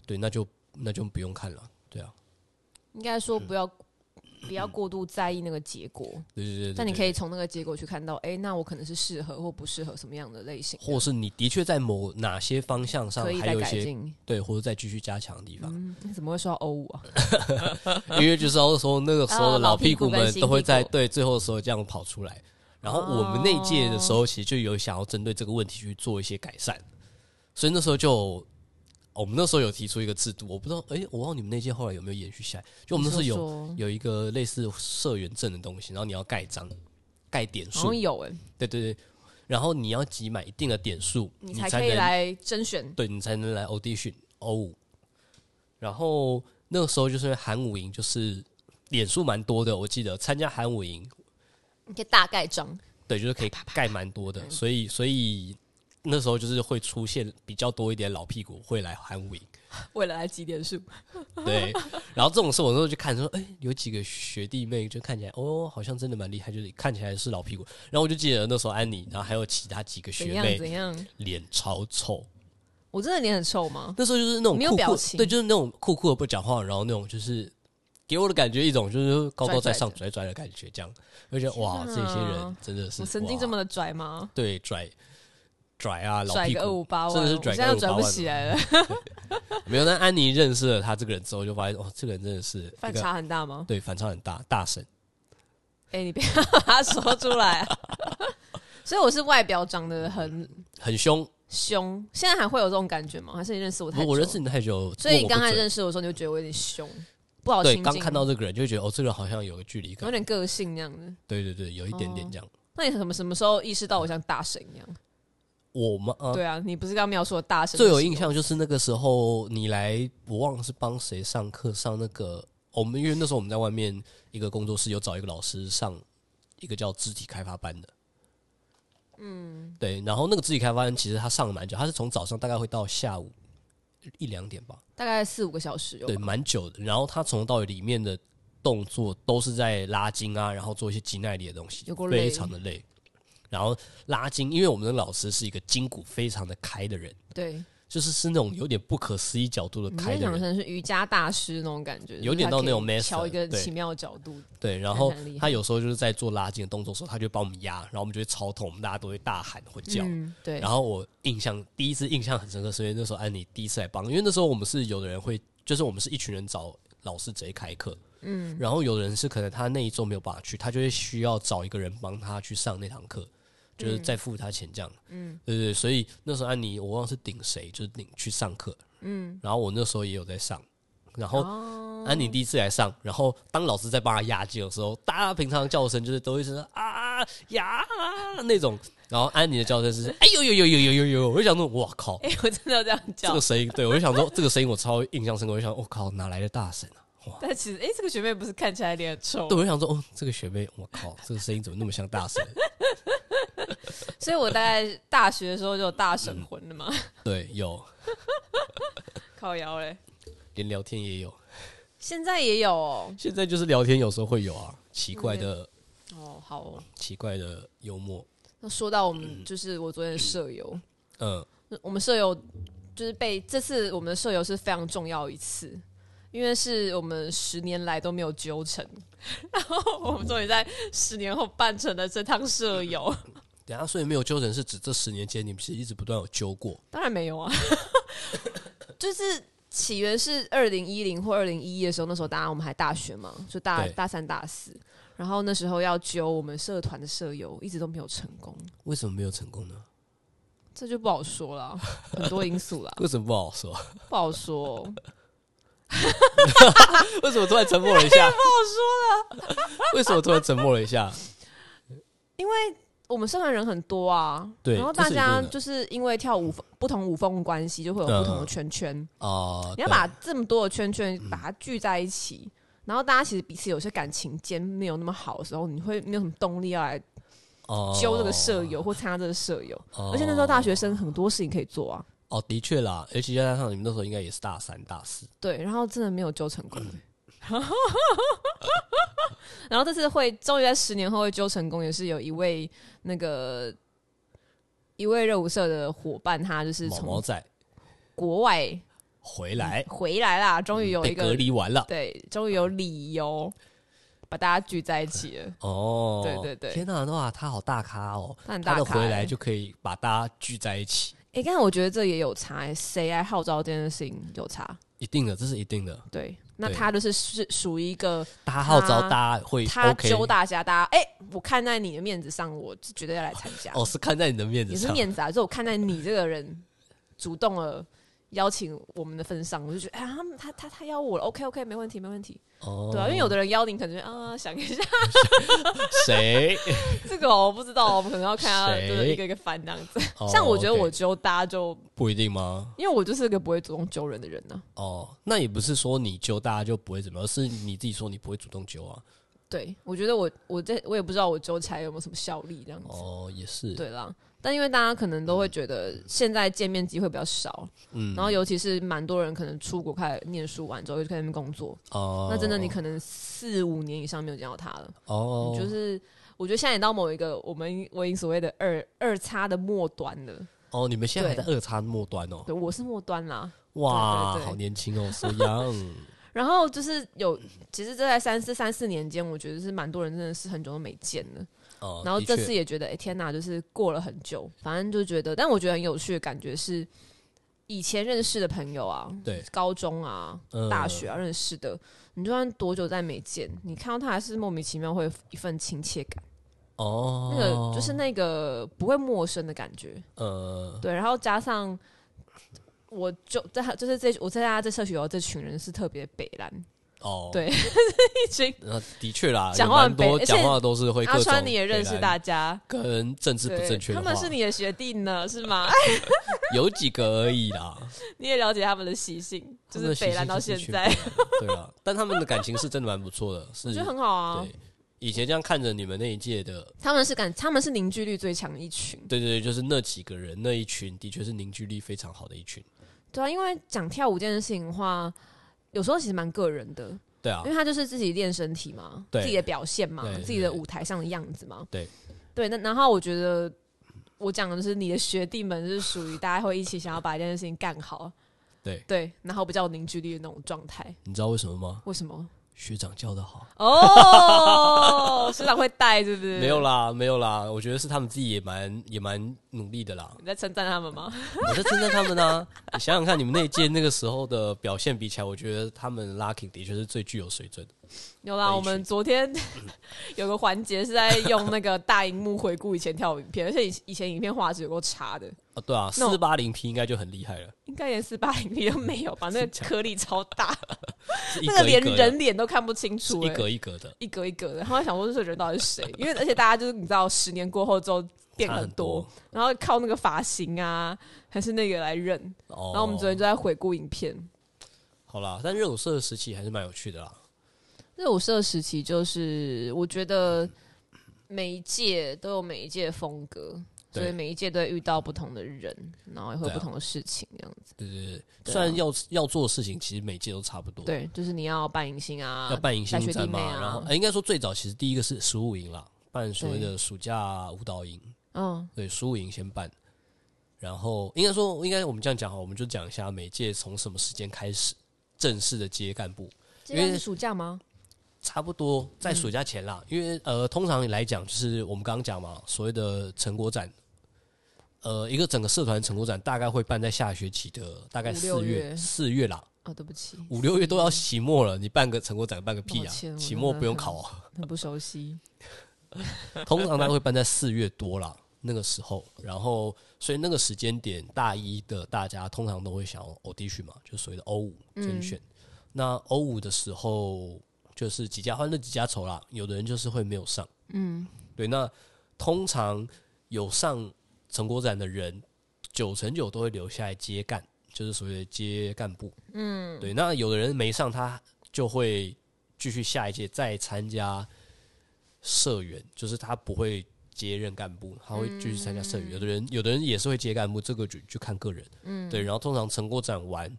Speaker 2: 对，那就那就不用看了，对啊，
Speaker 3: 应该说不要不要过度在意那个结果，
Speaker 2: 对对对对
Speaker 3: 但你
Speaker 2: 对
Speaker 3: 可以从那个结果去看到，哎、那我可能是适合或不适合什么样的类型，
Speaker 2: 或是你的确在某哪些方向上
Speaker 3: 可以
Speaker 2: 还
Speaker 3: 再
Speaker 2: 有一
Speaker 3: 改
Speaker 2: 些
Speaker 3: 进。
Speaker 2: 对，或者再继续加强的地方，
Speaker 3: 嗯，你怎么会说到欧五啊？
Speaker 2: 因为就是要说那个时候
Speaker 3: 啊
Speaker 2: 的
Speaker 3: 老
Speaker 2: 老
Speaker 3: 屁
Speaker 2: 屁
Speaker 3: 股
Speaker 2: 股
Speaker 3: 跟
Speaker 2: 们
Speaker 3: 新
Speaker 2: 都会
Speaker 3: 屁
Speaker 2: 在
Speaker 3: 股
Speaker 2: 对最后的时候这样跑出来。然后我们那一届的时
Speaker 3: 哦
Speaker 2: 候，其实就有想要针对这个问题去做一些改善，所以那时候就我们那时候有提出一个制度，我不知道，哎，我忘了你们那届后来有没有延续下来？就我们那时候
Speaker 3: 你
Speaker 2: 有
Speaker 3: 说说
Speaker 2: 有一个类似社员证的东西，然后你要盖章、盖点
Speaker 3: 好
Speaker 2: 数
Speaker 3: 像，有哎、
Speaker 2: 对对对，然后你要集满一定的点数，
Speaker 3: 你
Speaker 2: 你
Speaker 3: 才
Speaker 2: 才
Speaker 3: 可以
Speaker 2: 能
Speaker 3: 来甄选。
Speaker 2: 对你才能来 audition 欧五。然后那个时候就是韩舞营，就是点数蛮多的，我记得参加韩舞营，
Speaker 3: 你可以大概章，
Speaker 2: 对，就是可以盖蛮多的，所以所以那时候就是会出现比较多一点老屁股会来
Speaker 3: *laughs*
Speaker 2: 韩舞营，
Speaker 3: 为了来几点数，
Speaker 2: 对。然后这种事我那时候就看说，哎、有几个学弟妹就看起来哦，好像真的蛮厉害，就是看起来是老屁股。然后我就记得那时候安妮，然后还有其他几个
Speaker 3: 怎
Speaker 2: 学
Speaker 3: 样
Speaker 2: 妹
Speaker 3: 怎样？
Speaker 2: 脸超臭，
Speaker 3: 我真的脸很臭吗？
Speaker 2: 那时候就是那种酷酷
Speaker 3: 没有表情
Speaker 2: 对，就是那种酷酷的不讲话，然后那种就是给我的感觉一种就是高高在上、拽拽的感觉，这样，而且哇，这
Speaker 3: 天啊
Speaker 2: 些人真的是
Speaker 3: 我曾经
Speaker 2: 哇
Speaker 3: 这么的拽吗？
Speaker 2: 对拽拽啊，老
Speaker 3: 拽
Speaker 2: 屁
Speaker 3: 个二
Speaker 2: 股
Speaker 3: 五八
Speaker 2: 真
Speaker 3: 万，
Speaker 2: 的是
Speaker 3: 我
Speaker 2: 拽
Speaker 3: 现
Speaker 2: 个
Speaker 3: 在又拽不
Speaker 2: 258
Speaker 3: 起来了，
Speaker 2: 没有。但安妮认识了他这个人之后，就发现哦，这个人真的是一
Speaker 3: 反
Speaker 2: 个
Speaker 3: 差很大吗？
Speaker 2: 对反差很大，大神。
Speaker 3: 哎、你不要把它说出来、啊。 *laughs* 所以我是外表长得很
Speaker 2: 很凶，
Speaker 3: 凶，现在还会有这种感觉吗？还是你认识我太久？
Speaker 2: 我认识，你太久，
Speaker 3: 所以你刚才
Speaker 2: 才
Speaker 3: 认识我的时候，你就觉得我有点凶，不好亲
Speaker 2: 对
Speaker 3: 近，
Speaker 2: 刚看到这个人就会觉得哦，这个人好像有个距离
Speaker 3: 有
Speaker 2: 感，
Speaker 3: 点个性那样子。
Speaker 2: 对对对，有一点点这样。
Speaker 3: 那你什么什么时候意识到我像大神一样？
Speaker 2: 我们呃
Speaker 3: 对啊，你不是刚描述的大神？
Speaker 2: 最有印，象就是那个时候你来，我忘了是帮谁上课，上那个我们因为那时候我们在外面一个工作室有找一个老师上一个叫肢体开发班的，嗯，对，然后那个肢体开发班其实他上了蛮久，他是从早上大概会到下午一两点吧，
Speaker 3: 大概四五个小时有吧
Speaker 2: 对，蛮久的。然后他从头到尾里面的动作都是在拉筋啊，然后做一些肌耐力的东西
Speaker 3: 有够，累
Speaker 2: 非常的累。然后拉筋，因为我们的老师是一个筋骨非常的开的人，
Speaker 3: 对，
Speaker 2: 就是是那种有点不可思议角度的
Speaker 3: 你
Speaker 2: 开
Speaker 3: 就
Speaker 2: 的
Speaker 3: 想
Speaker 2: 人，
Speaker 3: 成是瑜伽大师那种感觉，
Speaker 2: 有
Speaker 3: 就
Speaker 2: 点
Speaker 3: 是他
Speaker 2: 到那种
Speaker 3: 可以
Speaker 2: method，
Speaker 3: 瞧一个
Speaker 2: 对
Speaker 3: 奇妙的角度，
Speaker 2: 对。然后
Speaker 3: 很厉害
Speaker 2: 他有时候就是在做拉筋的动作的时候，他就帮我们压，然后我们就会超痛，我们大家都会大喊或叫。
Speaker 3: 嗯，对
Speaker 2: 然，后我印象第一次印象很深刻，是因为那时候安妮第一次来帮，因为那时候我们是有的人会，就是我们是一群人找老师直接开课，嗯，然后有的人是可能他那一周没有办法去，他就会需要找一个人帮他去上那堂课，
Speaker 3: 嗯
Speaker 2: 就是再付他钱这样，嗯，对对，对所以那时候安妮我忘了是顶谁，就是顶去上课，嗯，然后我那时候也有在上，然后
Speaker 3: 哦，
Speaker 2: 安妮第一次来上，然后当老师在帮她压惊的时候，大家平常的叫声就是都会是啊呀那种，然后安妮的叫声是哎呦呦呦呦呦呦呦，我就想说，哇靠，
Speaker 3: *laughs* 哎，我真的要这样
Speaker 2: 这
Speaker 3: 叫
Speaker 2: 个，声音，对我就想说这个声音我超印象深刻，我就想我、靠哪来的大神
Speaker 3: *laughs*
Speaker 2: 啊？哇，
Speaker 3: 但其实，哎，这个学妹不是看起来脸很臭
Speaker 2: 对，，我就想说哦这个学妹，我靠这个声音怎么那么像大神？
Speaker 3: 所以我大概大学的时候就有大神
Speaker 2: 嗯
Speaker 3: 魂了嘛， *laughs*
Speaker 2: 对，有
Speaker 3: 靠腰嘞，
Speaker 2: 连聊天也有，
Speaker 3: 现在也有哦，
Speaker 2: 现在就是聊天有时候会有啊，奇怪的
Speaker 3: 哦，好哦，
Speaker 2: 奇怪的幽默，
Speaker 3: 那说到我们，就是我昨天的舍友，
Speaker 2: 嗯，
Speaker 3: 我们舍友就是被这次我们的舍友是非常重要一次，因为是我们十年来都没有纠成， *laughs* 然后我们终于在十年后办成了这趟舍友。
Speaker 2: 等一下所以没有纠正是指这十年间你们是一直不断有纠过。
Speaker 3: 当然没有啊， *laughs* 就是起源是二零一零或二零一一的时候，那时候大家我们还大学嘛，就大
Speaker 2: 对
Speaker 3: 大三大四，然后那时候要揪我们社团的舍友，一直都没有成功，
Speaker 2: 为什么没有成功呢？
Speaker 3: 这就不好说了，很多因素啦，
Speaker 2: 为什么不好说？ *laughs*
Speaker 3: 不好说、哦
Speaker 2: 为什么突然沉默了一
Speaker 3: *laughs*
Speaker 2: 下？不好说 *laughs* 了。为什么突然沉默了一下？
Speaker 3: 因为我们社团人很多啊，
Speaker 2: 对
Speaker 3: 然后
Speaker 2: 这
Speaker 3: 大
Speaker 2: 是一定
Speaker 3: 家
Speaker 2: 的
Speaker 3: 就是因为跳舞风不同舞风的关系，就会有不同的
Speaker 2: 嗯
Speaker 3: 圈圈。
Speaker 2: 哦，
Speaker 3: *laughs* 你要把这么多的圈圈把它聚在一起，
Speaker 2: 嗯
Speaker 3: 然后大家其实彼此有些感情间没有那么好的时候，你会没有什么动力要来
Speaker 2: 哦
Speaker 3: 揪这个舍友或参加这个舍友。
Speaker 2: 哦
Speaker 3: 而且那时候大学生很多事情可以做啊，
Speaker 2: 哦，的确啦，而且加上你们那时候应该也是大三、大四，
Speaker 3: 对，然后真的没有揪成功。 *laughs* 然后这次会终于在十年后会揪成功，也是有一位那个一位热舞社的伙伴，他就是
Speaker 2: 毛毛
Speaker 3: 从
Speaker 2: 仔
Speaker 3: 国外
Speaker 2: 回来
Speaker 3: 回来啦，终于有一
Speaker 2: 嗯被
Speaker 3: 个
Speaker 2: 隔离完了。
Speaker 3: 对，终于有理由把大家聚在一起了。
Speaker 2: 哦，
Speaker 3: 对对对
Speaker 2: 天哪，哇，他好大咖哦，
Speaker 3: 他很大
Speaker 2: 他的
Speaker 3: 咖
Speaker 2: 回
Speaker 3: 欸
Speaker 2: 来就可以把大家聚在一起，
Speaker 3: 哎、刚才我觉得这也有差、欸，谁来号召这件事情有差。
Speaker 2: 一定的，这是一定的。
Speaker 3: 对，那
Speaker 2: 对
Speaker 3: 他就是是属于一个
Speaker 2: 大家号召
Speaker 3: 他
Speaker 2: 大家会
Speaker 3: 他
Speaker 2: OK
Speaker 3: 揪大家，大家哎、欸我看在你的面子上，我就绝对要来参加。
Speaker 2: 哦，是看在你的面子
Speaker 3: 也是
Speaker 2: 上，
Speaker 3: 面子啊，就是我看在你这个人主动了邀请我们的份上，我就觉得哎、他们他他他邀我了，OK OK，没问题没问题，
Speaker 2: 哦，
Speaker 3: 对啊，因为有的人邀你可能就啊、想一下， *laughs*
Speaker 2: 谁
Speaker 3: 这个哦我不知道，我们可能要看他
Speaker 2: 谁
Speaker 3: 就是一个一个翻这样子。
Speaker 2: 哦
Speaker 3: 像我觉得
Speaker 2: OK
Speaker 3: 我揪大家就，
Speaker 2: 不一定吗？
Speaker 3: 因为我就是个不会主动揪人的啊人呢、
Speaker 2: 哦，那也不是说你揪大家就不会怎么样，是你自己说你不会主动揪啊。
Speaker 3: 对，我觉得我我在我也不知道我揪起来有没有什么效力这样子。
Speaker 2: 哦，也是，
Speaker 3: 对啦，但因为大家可能都会觉得现在见面机会比较少，
Speaker 2: 嗯
Speaker 3: 然后尤其是蛮多人可能出国开始念书完之后就开始工作，
Speaker 2: 哦，
Speaker 3: 那真的你可能四五年以上没有见到他了，
Speaker 2: 哦，
Speaker 3: 就是。我觉得现在也到某一个我们我已经所谓的二二叉的末端了，
Speaker 2: 哦，你们现在还在二叉末端哦，
Speaker 3: 对，我是末端啦。对
Speaker 2: 哇，
Speaker 3: 对对
Speaker 2: 好年轻哦，so young，
Speaker 3: 然后就是有，其实这在三四三四年间，我觉得是蛮多人真的是很久都没见了。
Speaker 2: 哦，
Speaker 3: *laughs* 然后
Speaker 2: 的
Speaker 3: 这
Speaker 2: 确
Speaker 3: 次也觉得，哎、天哪，就是过了很久，反正就觉得，但我觉得很有趣的感觉是，以前认识的朋友啊，
Speaker 2: 对
Speaker 3: 高中啊、
Speaker 2: 嗯
Speaker 3: 大学啊认识的，你就算多久再没见，你看到他还是莫名其妙会有一份亲切感，
Speaker 2: 哦，
Speaker 3: 那个就是那个不会陌生的感觉，
Speaker 2: 呃，
Speaker 3: 对，然后加上。我就在就是这我在大家这社区有这群人是特别北蓝，
Speaker 2: 哦，
Speaker 3: 对 *laughs* 一群
Speaker 2: 那的确啦，
Speaker 3: 讲话
Speaker 2: 有蛮
Speaker 3: 很北
Speaker 2: 多
Speaker 3: 而且
Speaker 2: 讲话都是会
Speaker 3: 阿
Speaker 2: 各
Speaker 3: 川
Speaker 2: 种
Speaker 3: 你也认识
Speaker 2: 北
Speaker 3: 大
Speaker 2: 兰
Speaker 3: 家，
Speaker 2: 跟政治不
Speaker 3: 对
Speaker 2: 正确的
Speaker 3: 他
Speaker 2: 话，
Speaker 3: 们是你的学弟呢是
Speaker 2: *laughs*
Speaker 3: 吗？
Speaker 2: 有几个而已啦，
Speaker 3: 你也了解他们的习性，
Speaker 2: 他
Speaker 3: 就
Speaker 2: 们的
Speaker 3: 是北兰到
Speaker 2: 习
Speaker 3: 现
Speaker 2: 性是
Speaker 3: 在，
Speaker 2: *laughs* 对啦，但他们的感情是真的蛮不错的，
Speaker 3: *laughs*
Speaker 2: 是
Speaker 3: 我觉得很好啊
Speaker 2: 对。。以前这样看着你们那一届的
Speaker 3: 他们是感，他们是凝聚力最强的一群。
Speaker 2: 对对对，就是那几个人那一群，的确是凝聚力非常好的一群。
Speaker 3: 对啊，因为讲跳舞这件事情的话，有时候其实蛮个人的，
Speaker 2: 对啊
Speaker 3: 因为，他就是自己练身体嘛，
Speaker 2: 对
Speaker 3: 自己的表现嘛
Speaker 2: 对，对
Speaker 3: 自己的舞台上的样子嘛，
Speaker 2: 对
Speaker 3: 对。那然后我觉得我讲的就是你的学弟们是属于大家会一起想要把这件事情干好，
Speaker 2: 对，
Speaker 3: 对，然后比较有凝聚力的那种状态。
Speaker 2: 你知道为什么吗？
Speaker 3: 为什么？
Speaker 2: 学长教的好，
Speaker 3: 哦，学长会带是不是？。
Speaker 2: 没有啦，没有啦，我觉得是他们自己也蛮也蛮努力的啦
Speaker 3: 你在称赞他们
Speaker 2: *laughs*
Speaker 3: 吗？
Speaker 2: 我在称赞他们啊！你想想看，你们那一届那个时候的表现比起来，我觉得他们 Lucky 的确是最具有水准的。
Speaker 3: 有啦，
Speaker 2: 可以
Speaker 3: 我们昨天 *laughs* 有个环节是在用那个大荧幕回顾以前跳舞影片，而 *laughs* 且以以前影片画质有够差的，
Speaker 2: 哦，对啊，
Speaker 3: 那
Speaker 2: 四
Speaker 3: 种
Speaker 2: 八零 P 应该就很厉害了，
Speaker 3: 应该连四八零 P 都没有吧？那个颗粒超大，
Speaker 2: 是 *laughs* 一
Speaker 3: 那个
Speaker 2: 格一
Speaker 3: 连
Speaker 2: 格
Speaker 3: 人
Speaker 2: 的，
Speaker 3: 脸都看不清楚、
Speaker 2: 一
Speaker 3: 欸
Speaker 2: 格一格的，
Speaker 3: 一格一格的。然后想说这人到底是谁？因为而且大家就是你知道，十年过后之后变
Speaker 2: 差
Speaker 3: 很
Speaker 2: 很多。
Speaker 3: 然后靠那个发型啊，还是那个来认。
Speaker 2: 哦，
Speaker 3: 然后我们昨天就在回顾影片，
Speaker 2: 好啦，但热舞社的时期还是蛮有趣的啦。
Speaker 3: 热舞社时期就是，我觉得每一届都有每一届的风格，
Speaker 2: 对
Speaker 3: 所以每一届都会遇到不同的人，然后也会有
Speaker 2: 对啊
Speaker 3: 不同的事情，这样子。
Speaker 2: 对对对，
Speaker 3: 对啊
Speaker 2: 虽然要要做的事情其实每届都差不多，，
Speaker 3: 对，就是你要办迎新啊，
Speaker 2: 啊要办迎新
Speaker 3: 带学弟
Speaker 2: 战嘛，
Speaker 3: 妹啊
Speaker 2: 然后、呃应该说最早其实第一个是十五营啦，办所谓的暑假舞蹈营，
Speaker 3: 嗯，
Speaker 2: 对，十五营先办。然后应该说，应该我们这样讲好，我们就讲一下每届从什么时间开始正式的接干部，
Speaker 3: 今
Speaker 2: 因为
Speaker 3: 天是暑假吗？
Speaker 2: 差不多在
Speaker 3: 嗯
Speaker 2: 暑假前啦，因为呃，通常来讲就是我们刚刚讲嘛，所谓的成果展，呃，一个整个社团成果展大概会办在下学期的大概
Speaker 3: 五六
Speaker 2: 四
Speaker 3: 月
Speaker 2: 月四月啦，
Speaker 3: 哦，对不起，
Speaker 2: 五六月都要期末了，你办个成果展办个屁
Speaker 3: 抱
Speaker 2: 啊
Speaker 3: 歉！我
Speaker 2: 期末不用
Speaker 3: 真的
Speaker 2: 考啊，
Speaker 3: 很不熟悉。
Speaker 2: *laughs* 通常它会办在四月多啦，那个时候，然后所以那个时间点，大一的大家通常都会想要 audition 嘛，就所谓的欧五甄选。那欧五的时候，就是几家欢乐几家愁啦，有的人就是会没有上，嗯，对。那通常有上成果展的人，九成九都会留下来接干，就是所谓的接干部，嗯，对。那有的人没上，他就会继续下一届再参加社员，就是他不会接任干部，他会继续参加社
Speaker 3: 嗯
Speaker 2: 员。有的人有的人也是会接干部，这个就就看个人。嗯，对。然后通常成果展完，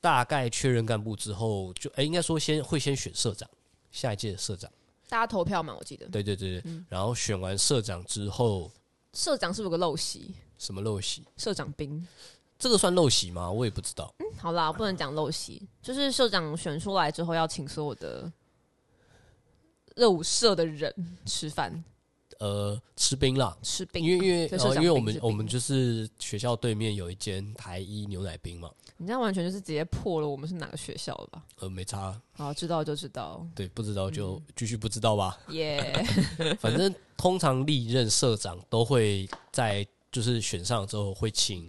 Speaker 2: 大概确认干部之后，就哎、应该说先会先选社长，下一届的社长。
Speaker 3: 大家投票嘛，我记得
Speaker 2: 对对对对。
Speaker 3: 嗯
Speaker 2: 然后选完社长之后，
Speaker 3: 社长是不是有个陋习？
Speaker 2: 什么陋习？
Speaker 3: 社长兵，
Speaker 2: 这个算陋习吗？我也不知道。
Speaker 3: 嗯好啦，不能讲陋习，就是社长选出来之后要请所有的热舞社的人吃饭
Speaker 2: 呃，吃冰啦，
Speaker 3: 吃冰，
Speaker 2: 因为因为、
Speaker 3: 所以嗯社
Speaker 2: 呃、
Speaker 3: 长
Speaker 2: 因为我
Speaker 3: 冰
Speaker 2: 们
Speaker 3: 是冰
Speaker 2: 我们就是学校对面有一间台一牛奶冰嘛，
Speaker 3: 你这样完全就是直接破了我们是哪个学校了吧？
Speaker 2: 呃，没差，
Speaker 3: 好，知道就知道，
Speaker 2: 对，不知道就
Speaker 3: 嗯
Speaker 2: 继续不知道吧。
Speaker 3: 耶、
Speaker 2: *laughs* 反正通常历任社长都会在就是选上之后会请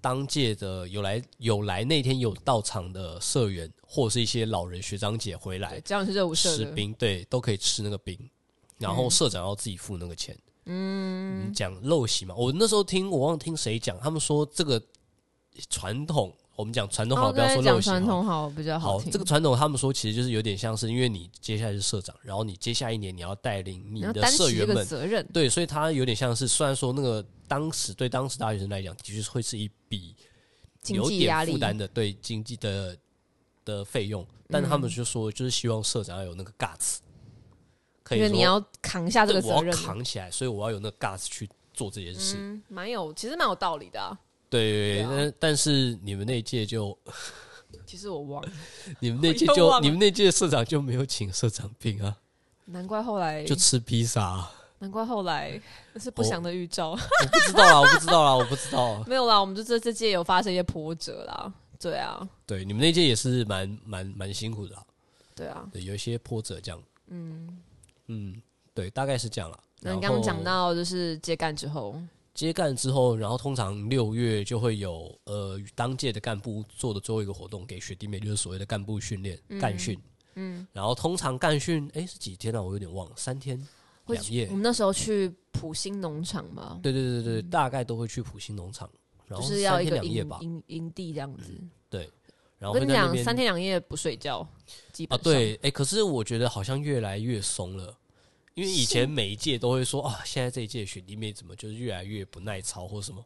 Speaker 2: 当届的有来有来那天有到场的社员或是一些老人学长姐回来
Speaker 3: 对，这样是热舞社
Speaker 2: 吃
Speaker 3: 的，嗯
Speaker 2: 冰，对，都可以吃那个冰，然后社长要自己付那个钱。嗯，讲陋习嘛，我那时候听我忘了听谁讲，他们说这个传统，我们讲传统好，
Speaker 3: 哦
Speaker 2: 不要
Speaker 3: 对
Speaker 2: 说陋
Speaker 3: 讲
Speaker 2: 习好
Speaker 3: 传统好比较
Speaker 2: 好，
Speaker 3: 听。
Speaker 2: 这个传统他们说其实就是有点像是，因为你接下来是社长，然后你接下一年你要带领你
Speaker 3: 你要
Speaker 2: 的
Speaker 3: 担
Speaker 2: 社
Speaker 3: 起这
Speaker 2: 员
Speaker 3: 个
Speaker 2: 们，
Speaker 3: 责任，
Speaker 2: 对，所以他有点像是，虽然说那个当时对当时大学生来讲，的确是会是一笔
Speaker 3: 经
Speaker 2: 有
Speaker 3: 济压
Speaker 2: 点
Speaker 3: 力
Speaker 2: 负，担的对经济的的费用，但他
Speaker 3: 嗯
Speaker 2: 们就说就是希望社长要有那个 guts，可以
Speaker 3: 因为你
Speaker 2: 说
Speaker 3: 要扛下这个
Speaker 2: 对
Speaker 3: 责
Speaker 2: 我要
Speaker 3: 任，
Speaker 2: 扛起来，所以我要有那个 guts 去做这件事。
Speaker 3: 嗯，蛮有，其实蛮有道理的、啊。对
Speaker 2: 对，
Speaker 3: 啊
Speaker 2: 但但是你们那一届就 *laughs*
Speaker 3: 其实我忘了，
Speaker 2: 你们那届
Speaker 3: 我又
Speaker 2: 就
Speaker 3: 忘了
Speaker 2: 你们那届社长就没有请社长病啊，
Speaker 3: 难怪后来，
Speaker 2: 就吃披萨啊、
Speaker 3: 难怪后
Speaker 2: *laughs*
Speaker 3: 来那是不
Speaker 2: 哦
Speaker 3: 祥的预兆。
Speaker 2: *laughs* 我不知道啦，我不知道啦，我不知道。
Speaker 3: 没有啦，我们就这这届有发生一些波折啦。对啊，
Speaker 2: 对，你们那届也是蛮蛮蛮辛苦的啦，
Speaker 3: 对啊。
Speaker 2: 对，有一些波折这样。嗯嗯，对，大概是这样啦。
Speaker 3: 那你
Speaker 2: 然
Speaker 3: 刚
Speaker 2: 后
Speaker 3: 刚讲到就是接干之后，
Speaker 2: 接干之后，然后通常六月就会有呃当届的干部做的最后一个活动给学弟妹，就是所谓的干部训练、干训。嗯，然后通常干训哎是几天啊？我有点忘了，三天
Speaker 3: 会
Speaker 2: 两夜
Speaker 3: 我。们那时候去普兴农场嘛，
Speaker 2: 对对对对，大概都会去普兴农场，然
Speaker 3: 就
Speaker 2: 后
Speaker 3: 是要
Speaker 2: 三
Speaker 3: 一
Speaker 2: 天
Speaker 3: 个
Speaker 2: 两夜
Speaker 3: 营
Speaker 2: 吧。
Speaker 3: 营营地这样子。
Speaker 2: 对，然
Speaker 3: 我
Speaker 2: 后
Speaker 3: 跟
Speaker 2: 会
Speaker 3: 你
Speaker 2: 在那
Speaker 3: 讲，
Speaker 2: 边
Speaker 3: 三天两夜不睡觉，基
Speaker 2: 啊，
Speaker 3: 本上
Speaker 2: 对，哎、可是我觉得好像越来越松了，因为以前每一届都会说啊，现在这一届学弟妹怎么就是越来越不耐操或什么，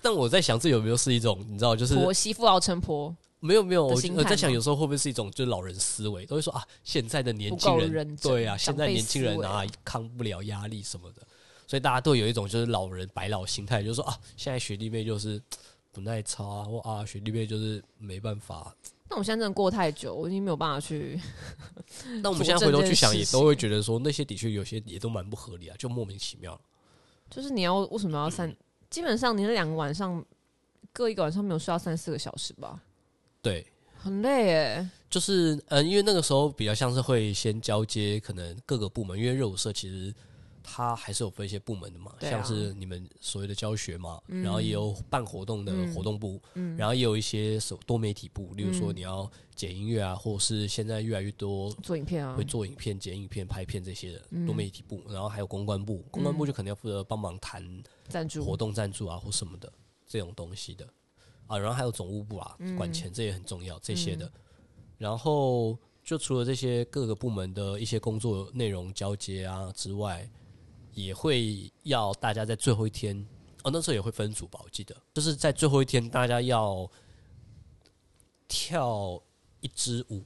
Speaker 2: 但我在想，这有没有是一种你知道，就是
Speaker 3: 婆媳父熬成婆
Speaker 2: 没有没有，
Speaker 3: 的
Speaker 2: 我
Speaker 3: 心
Speaker 2: 我
Speaker 3: 态
Speaker 2: 在想，
Speaker 3: 吗
Speaker 2: 有时候会不会是一种就是老人思维，都会说啊，现在的年
Speaker 3: 不
Speaker 2: 轻
Speaker 3: 够
Speaker 2: 人
Speaker 3: 认真，
Speaker 2: 对啊，现
Speaker 3: 长
Speaker 2: 在
Speaker 3: 辈
Speaker 2: 年轻人
Speaker 3: 思维
Speaker 2: 啊扛不了压力什么的，所以大家都有一种就是老人白老心态，就是说啊，现在学弟妹就是嘖不耐操啊，或啊学弟妹就是没办法。啊
Speaker 3: 但我现在真的过太久，我已经没有办法去。
Speaker 2: 但我们现在回头去想，也都会觉得说那些的确有些也都蛮不合理啊，就莫名其妙。
Speaker 3: 就是你要为什么要三？基本上你那两个晚上，各一个晚上没有睡到三四个小时吧，
Speaker 2: 对，
Speaker 3: 很累哎。
Speaker 2: 就是嗯，因为那个时候比较像是会先交接可能各个部门，因为热舞社其实它还是有分一些部门的嘛，
Speaker 3: 对啊嗯
Speaker 2: 像是你们所谓的教学嘛，然后也有办活动的活动部，然后也有一些手多媒体部，例如
Speaker 3: 嗯
Speaker 2: 说你要剪音乐啊，或是现在越来越多
Speaker 3: 做影片啊
Speaker 2: 会，做影片、剪影片、拍片这些
Speaker 3: 嗯
Speaker 2: 的多媒体部，然后还有公关部，公关部就可能要负责帮忙谈
Speaker 3: 赞助
Speaker 2: 活动赞助啊或什么的这种东西的啊，然后还有总务部啊，管钱这也很重要这些的。然后就除了这些各个部门的一些工作内容交接啊之外，也会要大家在最后一天哦，那时候也会分组吧，我记得就是在最后一天大家要跳一支舞，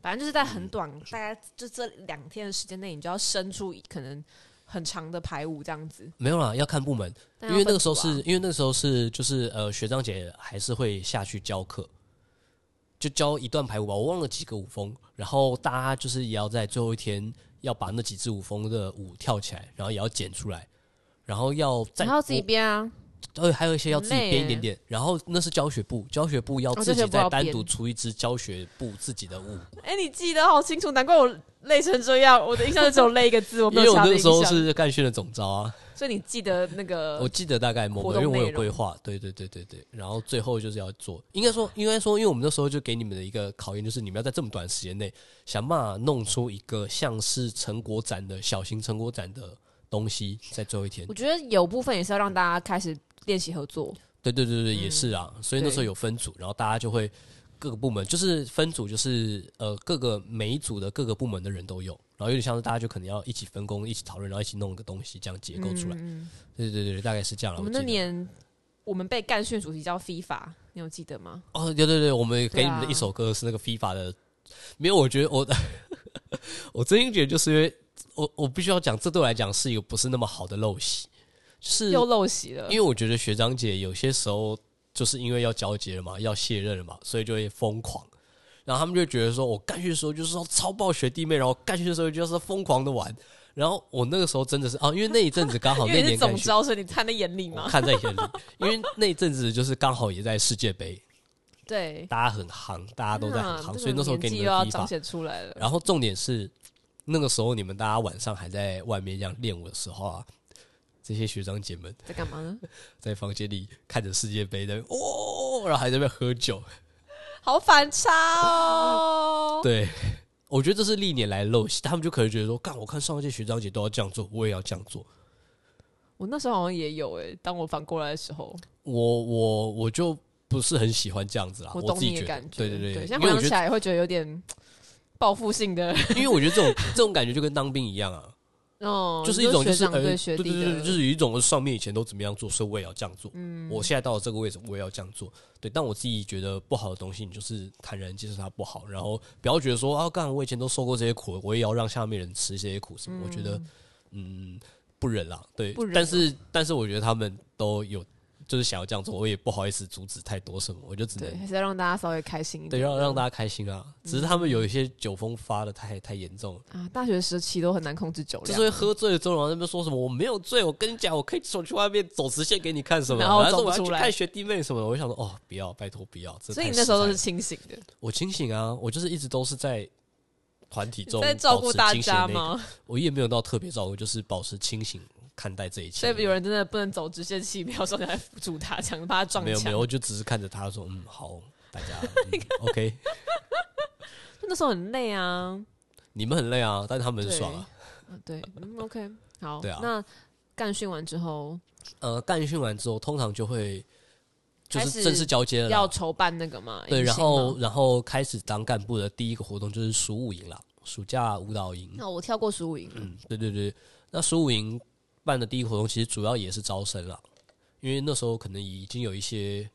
Speaker 3: 反正就是
Speaker 2: 嗯
Speaker 3: 在很短，大概就这两天的时间内，你就要生出可能很长的排舞这样子。
Speaker 2: 没有啦，要看部门，
Speaker 3: 但
Speaker 2: 因
Speaker 3: 要
Speaker 2: 为那个时候
Speaker 3: 分组啊
Speaker 2: 是因为那个时候是就是呃学长姐还是会下去教课，就教一段排舞吧，我忘了几个舞风，然后大家就是也要在最后一天要把那几支舞风的舞跳起来，然后也要剪出来，然后要再
Speaker 3: 然后自己编啊，
Speaker 2: 呃还有一些要自己
Speaker 3: 很累
Speaker 2: 编一点点，然后那是教学部，教学部要
Speaker 3: 哦
Speaker 2: 自
Speaker 3: 教
Speaker 2: 己
Speaker 3: 学部要
Speaker 2: 再单独
Speaker 3: 编
Speaker 2: 出一支教学部自己的舞，
Speaker 3: 哎、你记得好清楚，难怪我累成这样。我的印象就只有累一个字，我
Speaker 2: 因
Speaker 3: 没
Speaker 2: 为
Speaker 3: 有
Speaker 2: 我
Speaker 3: 其他的
Speaker 2: 那个
Speaker 3: 印
Speaker 2: 时候
Speaker 3: 象。
Speaker 2: 是干训的总招啊。
Speaker 3: 所以你记得那
Speaker 2: 我
Speaker 3: 个
Speaker 2: 记得大概某
Speaker 3: 呃活
Speaker 2: 个，因
Speaker 3: 动
Speaker 2: 为我
Speaker 3: 内
Speaker 2: 有规
Speaker 3: 容
Speaker 2: 划，对对对对对。然后最后就是要做，应该说应该说，因为我们那时候就给你们的一个考验，就是你们要在这么短的时间内想办法弄出一个像是成果展的小型成果展的东西，在最后一天
Speaker 3: 我。觉得有部分也是要让大家开始练习合作，
Speaker 2: 对对对对，也是啊。
Speaker 3: 嗯
Speaker 2: 所以那时候有分组，然后大家就会各个部门就是分组，就是呃各个每一组的各个部门的人都有，然后有点像是大家就可能要一起分工、一起讨论，然后一起弄个东西这样结构出来。
Speaker 3: 嗯、
Speaker 2: 对对对，大概是这样了。
Speaker 3: 我们
Speaker 2: 记
Speaker 3: 那
Speaker 2: 得
Speaker 3: 年我们被干训主题叫 FIFA，你有记得吗？
Speaker 2: 哦，对对对，我们给
Speaker 3: 对
Speaker 2: 你
Speaker 3: 啊
Speaker 2: 们的一首歌是那个 FIFA 的，没有，我觉得我 *laughs* 我真心觉得就是因为我我必须要讲，这对我来讲是一个不是那么好的陋习，就是
Speaker 3: 又陋习了
Speaker 2: 嗯因，为我觉得学长姐有些时候就是因为要交接了嘛，要卸任了嘛，所以就会疯狂。然后他们就会觉得说，我干训的时候就是要超爆学弟妹，然后干训的时候就是要疯狂的玩。然后我那个时候真的是啊，因为那一阵子刚好
Speaker 3: *laughs* 因
Speaker 2: 那
Speaker 3: 为你是
Speaker 2: 年哦干
Speaker 3: 总
Speaker 2: 训，
Speaker 3: 招，所以你看在眼里
Speaker 2: 我
Speaker 3: 嘛。
Speaker 2: 看在眼里，因为那一阵子就是刚好也在世界杯，
Speaker 3: 对，
Speaker 2: 大家很行，大家都在很
Speaker 3: 啊
Speaker 2: 行，
Speaker 3: 这
Speaker 2: 所以那时候
Speaker 3: 个
Speaker 2: 给你
Speaker 3: 年纪
Speaker 2: 们
Speaker 3: 又要
Speaker 2: 的
Speaker 3: 彰
Speaker 2: FIFA。啊
Speaker 3: 显出来了。
Speaker 2: 然后重点是，那个时候你们大家晚上还在外面这样练舞的时候啊，这些学长姐们
Speaker 3: 在干嘛呢？
Speaker 2: 在房间里看着世界杯的哦，然后还在那边喝酒。
Speaker 3: 哦好反差哦！
Speaker 2: *laughs* 对，我觉得这是历年来的陋习，他们就可能觉得说，干，我看上一届学长姐都要这样做，我也要这样做。
Speaker 3: 我那时候好像也有诶、欸当我反过来的时候，
Speaker 2: 我我我就不是很喜欢这样子啦，我
Speaker 3: 懂
Speaker 2: 自己
Speaker 3: 你
Speaker 2: 觉
Speaker 3: 的
Speaker 2: 得
Speaker 3: 感，觉。
Speaker 2: 对对
Speaker 3: 对，现
Speaker 2: 因
Speaker 3: 在回
Speaker 2: 为我
Speaker 3: 想
Speaker 2: 觉
Speaker 3: 起
Speaker 2: 得，
Speaker 3: 来会觉得有点报复性
Speaker 2: *laughs*
Speaker 3: 的，
Speaker 2: 因为我觉得这种这种感觉就跟当兵一样啊。
Speaker 3: 哦，
Speaker 2: 就是一种就
Speaker 3: 学
Speaker 2: 是
Speaker 3: 长
Speaker 2: 呃
Speaker 3: 对学
Speaker 2: 对
Speaker 3: 弟
Speaker 2: 对对，
Speaker 3: 的，嗯
Speaker 2: 就是有一种上面以前都怎么样做，所以我也要这样做。我现在到了这个位置，我也要这样做。对，但我自己觉得不好的东西，你就是坦然接受它不好，然后不要觉得说啊，干我以前都受过这些苦，我也要让下面人吃这些苦什么。我觉得嗯不忍啦，对
Speaker 3: 不，忍
Speaker 2: 但
Speaker 3: 啊
Speaker 2: 是但是我觉得他们都有就是想要这样做，我也不好意思阻止太多什么，我就只能
Speaker 3: 对，还是要让大家稍微开心一
Speaker 2: 对
Speaker 3: 点。
Speaker 2: 让让大家开心啊。只是他们有一些酒疯发的太太严重了。
Speaker 3: 啊，大学时期都很难控制酒
Speaker 2: 就
Speaker 3: 量，
Speaker 2: 是会喝醉了之后，然后在那边说什么我没有醉，我跟你讲，我可以走去外面走直线给你看什么，
Speaker 3: 然后
Speaker 2: 说
Speaker 3: 走不
Speaker 2: 我要去
Speaker 3: 出来
Speaker 2: 看学弟妹什么的。我就想说，哦，不要，拜托不要。这
Speaker 3: 所以
Speaker 2: 太
Speaker 3: 你那时候都是
Speaker 2: 实在了
Speaker 3: 清醒的，
Speaker 2: 我清醒啊，我就是一直都是在团体中
Speaker 3: 在照顾
Speaker 2: 保
Speaker 3: 大
Speaker 2: 持清醒的
Speaker 3: 家
Speaker 2: 那个？
Speaker 3: 吗？
Speaker 2: 我也没有到特别照顾，就是保持清醒看待这一
Speaker 3: 所
Speaker 2: 切。
Speaker 3: 以有人真的不能走直线起跳，说你来扶住他，想把他撞
Speaker 2: 没有没
Speaker 3: 墙
Speaker 2: 有，。我就只是看着他说，嗯，好，大家、
Speaker 3: *laughs*
Speaker 2: 嗯 OK，
Speaker 3: 那时候很累啊，
Speaker 2: 你们很累啊，但是他们很
Speaker 3: 对
Speaker 2: 爽啊。
Speaker 3: 啊对嗯，OK，好，
Speaker 2: 对啊
Speaker 3: 那干训完之后
Speaker 2: 呃，干训完之后，通常就会就
Speaker 3: 开
Speaker 2: 是
Speaker 3: 始
Speaker 2: 正式交接了啦，
Speaker 3: 要筹办那个嘛，
Speaker 2: 对，
Speaker 3: 迎
Speaker 2: 然
Speaker 3: 新嘛
Speaker 2: 后然后开始当干部的第一个活动就是暑舞营啦，暑假舞蹈营。嗯
Speaker 3: 那我跳过十五营，
Speaker 2: 嗯，对对对，那暑舞营办的第一个活动其实主要也是招生啦，因为那时候可能已经有一些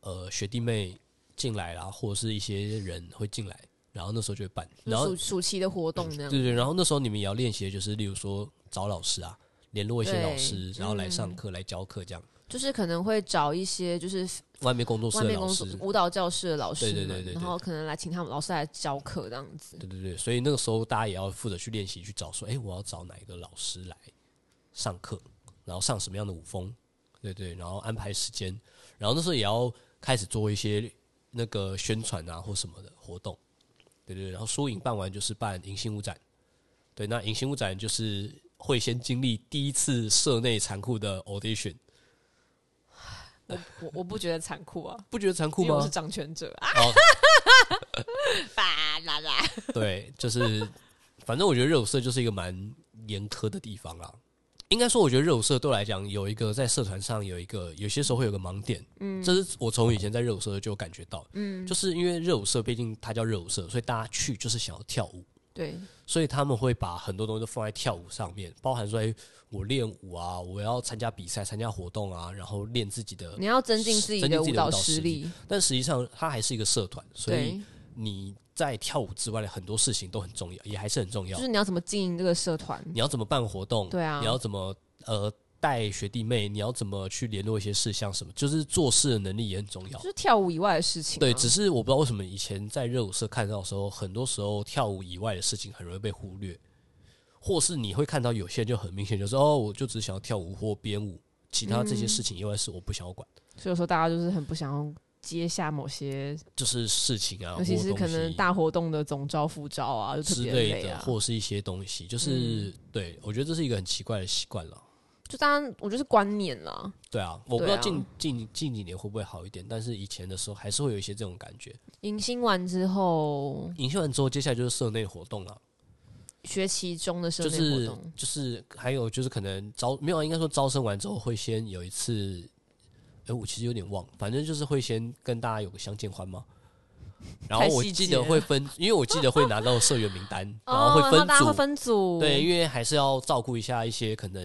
Speaker 2: 呃学弟妹进来啦，或者是一些人会进来，然后那时候就会办，然后
Speaker 3: 暑暑期的活动那
Speaker 2: 对
Speaker 3: 样，
Speaker 2: 对，然后那时候你们也要练习，的就是例如说找老师啊，联络一些老
Speaker 3: 对嗯
Speaker 2: 师，然后来上课、来教课这样，
Speaker 3: 就是可能会找一些就是
Speaker 2: 外面工作室
Speaker 3: 外
Speaker 2: 的
Speaker 3: 面
Speaker 2: 老
Speaker 3: 工
Speaker 2: 师
Speaker 3: 作，舞蹈教室的老师们，
Speaker 2: 对对对对对
Speaker 3: 然后可能来请他们老师来教课这样子。
Speaker 2: 对对对，所以那个时候大家也要负责去练习，去找说，哎、我要找哪一个老师来上课，然后上什么样的舞风，对对，然后安排时间，然后那时候也要开始做一些那个宣传啊或什么的活动，对对，对然后输赢办完就是办迎新舞展，对，那迎新舞展就是会先经历第一次社内残酷的 audition，
Speaker 3: 我我我不觉得残酷啊，
Speaker 2: 不觉得残酷
Speaker 3: 因为我是
Speaker 2: 吗？
Speaker 3: 掌权
Speaker 2: *laughs*
Speaker 3: 者啊，
Speaker 2: 哦，
Speaker 3: 吧啦啦，
Speaker 2: 对，就是反正我觉得热舞社就是一个蛮严苛的地方啦。应该说，我觉得热舞社对我来讲有一个在社团上有一个有些时候会有个盲点，嗯，这是我从以前在热舞社就感觉到，嗯，就是因为热舞社毕竟它叫热舞社，所以大家去就是想要跳舞，
Speaker 3: 对，
Speaker 2: 所以他们会把很多东西都放在跳舞上面，包含说，哎、我练舞啊，我要参加比赛、参加活动啊，然后练自己的
Speaker 3: 你要增进自己
Speaker 2: 增
Speaker 3: 的
Speaker 2: 进自己
Speaker 3: 舞
Speaker 2: 的舞
Speaker 3: 蹈
Speaker 2: 蹈实
Speaker 3: 实力，
Speaker 2: 但实际上它还是一个社团，所以
Speaker 3: 对，
Speaker 2: 你在跳舞之外的很多事情都很重要，也还是很重要
Speaker 3: 就。是你要怎么经营这个社团，
Speaker 2: 你要怎么办活动？
Speaker 3: 对啊
Speaker 2: 你要怎么呃带学弟妹？你要怎么去联络一些事项？什么？就是做事的能力也很重要
Speaker 3: 就。是跳舞以外的事情啊。
Speaker 2: 对，只是我不知道为什么以前在热舞社看到的时候，很多时候跳舞以外的事情很容易被忽略，或是你会看到有些人就很明显就是哦，我就只想要跳舞或编舞，其他这些嗯事情以外是我不想要管，
Speaker 3: 所以说大家就是很不想要接下某些，
Speaker 2: 就是事情啊，
Speaker 3: 尤其
Speaker 2: 或
Speaker 3: 是
Speaker 2: 东
Speaker 3: 可能
Speaker 2: 西
Speaker 3: 大活动的总招、副招啊，就特
Speaker 2: 之
Speaker 3: 别
Speaker 2: 类
Speaker 3: 累
Speaker 2: 的，
Speaker 3: 啊。
Speaker 2: 或是一些东西，就是、对我觉得这是一个很奇怪的习惯了。
Speaker 3: 就当然，我觉得是观念啦，
Speaker 2: 对啊，我不知
Speaker 3: 对
Speaker 2: 道
Speaker 3: 啊
Speaker 2: 近、近近几年会不会好一点，但是以前的时候还是会有一些这种感觉。
Speaker 3: 迎新完之后，
Speaker 2: 迎新完之后，接下来就是社内活动了，
Speaker 3: 学期中的社内
Speaker 2: 就
Speaker 3: 活
Speaker 2: 是
Speaker 3: 动，
Speaker 2: 就是还有就是可能招没有啊，应该说招生完之后会先有一次，哎、我其实有点忘，反正就是会先跟大家有个相见
Speaker 3: *laughs*
Speaker 2: 欢嘛。然后
Speaker 3: 太
Speaker 2: 我
Speaker 3: 细
Speaker 2: 记
Speaker 3: 节
Speaker 2: 得
Speaker 3: 了
Speaker 2: 会分，因为我记得会拿到社员名单，
Speaker 3: *laughs*
Speaker 2: 然
Speaker 3: 哦
Speaker 2: 后会分
Speaker 3: 大家
Speaker 2: 组
Speaker 3: 会，分组，
Speaker 2: 对，因为还是要照顾一下一些可能，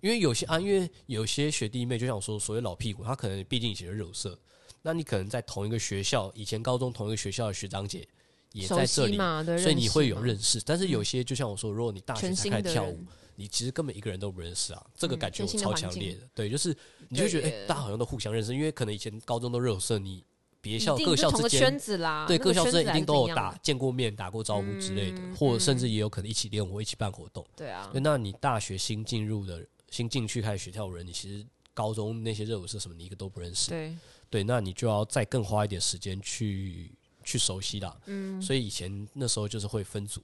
Speaker 2: 因为有些啊，因为有些学弟妹，就像我说，所谓老屁股，他可能毕竟以前是柔社，那你可能在同一个学校，以前高中同一个学校的学长姐也
Speaker 3: 熟
Speaker 2: 在这
Speaker 3: 悉
Speaker 2: 里，
Speaker 3: 嘛，对，
Speaker 2: 所以你会有
Speaker 3: 嘛嗯
Speaker 2: 认识。但是有些就像我说，如果你大学
Speaker 3: 全
Speaker 2: 才
Speaker 3: 新
Speaker 2: 开
Speaker 3: 的
Speaker 2: 始跳舞
Speaker 3: 人，
Speaker 2: 你其实根本一个人都不认识啊，这个
Speaker 3: 嗯
Speaker 2: 感
Speaker 3: 全
Speaker 2: 觉我
Speaker 3: 新的
Speaker 2: 超
Speaker 3: 环
Speaker 2: 强烈
Speaker 3: 境
Speaker 2: 的。对，就是你就觉得哎、
Speaker 3: 对耶
Speaker 2: 大家好像都互相认识，因为可能以前高中都柔社，你别
Speaker 3: 一
Speaker 2: 校
Speaker 3: 定
Speaker 2: 各
Speaker 3: 是
Speaker 2: 校
Speaker 3: 同
Speaker 2: 之
Speaker 3: 个
Speaker 2: 间
Speaker 3: 圈子啦，
Speaker 2: 对
Speaker 3: 啊那
Speaker 2: 各
Speaker 3: 个
Speaker 2: 校
Speaker 3: 圈
Speaker 2: 之
Speaker 3: 子
Speaker 2: 间一定
Speaker 3: 还
Speaker 2: 都
Speaker 3: 是不
Speaker 2: 有打
Speaker 3: 样的，
Speaker 2: 见过面、打过招呼之类的，
Speaker 3: 嗯
Speaker 2: 或者甚
Speaker 3: 嗯
Speaker 2: 至也有可能一起练舞、一起办活动。
Speaker 3: 对啊
Speaker 2: 对，，那你大学新进入的、新进去开始学跳舞的人，你其实高中那些热舞社什么，你一个都不认识。
Speaker 3: 对，
Speaker 2: 对，那你就要再更花一点时间去去熟悉啦。
Speaker 3: 嗯，
Speaker 2: 所以以前那时候就是会分组，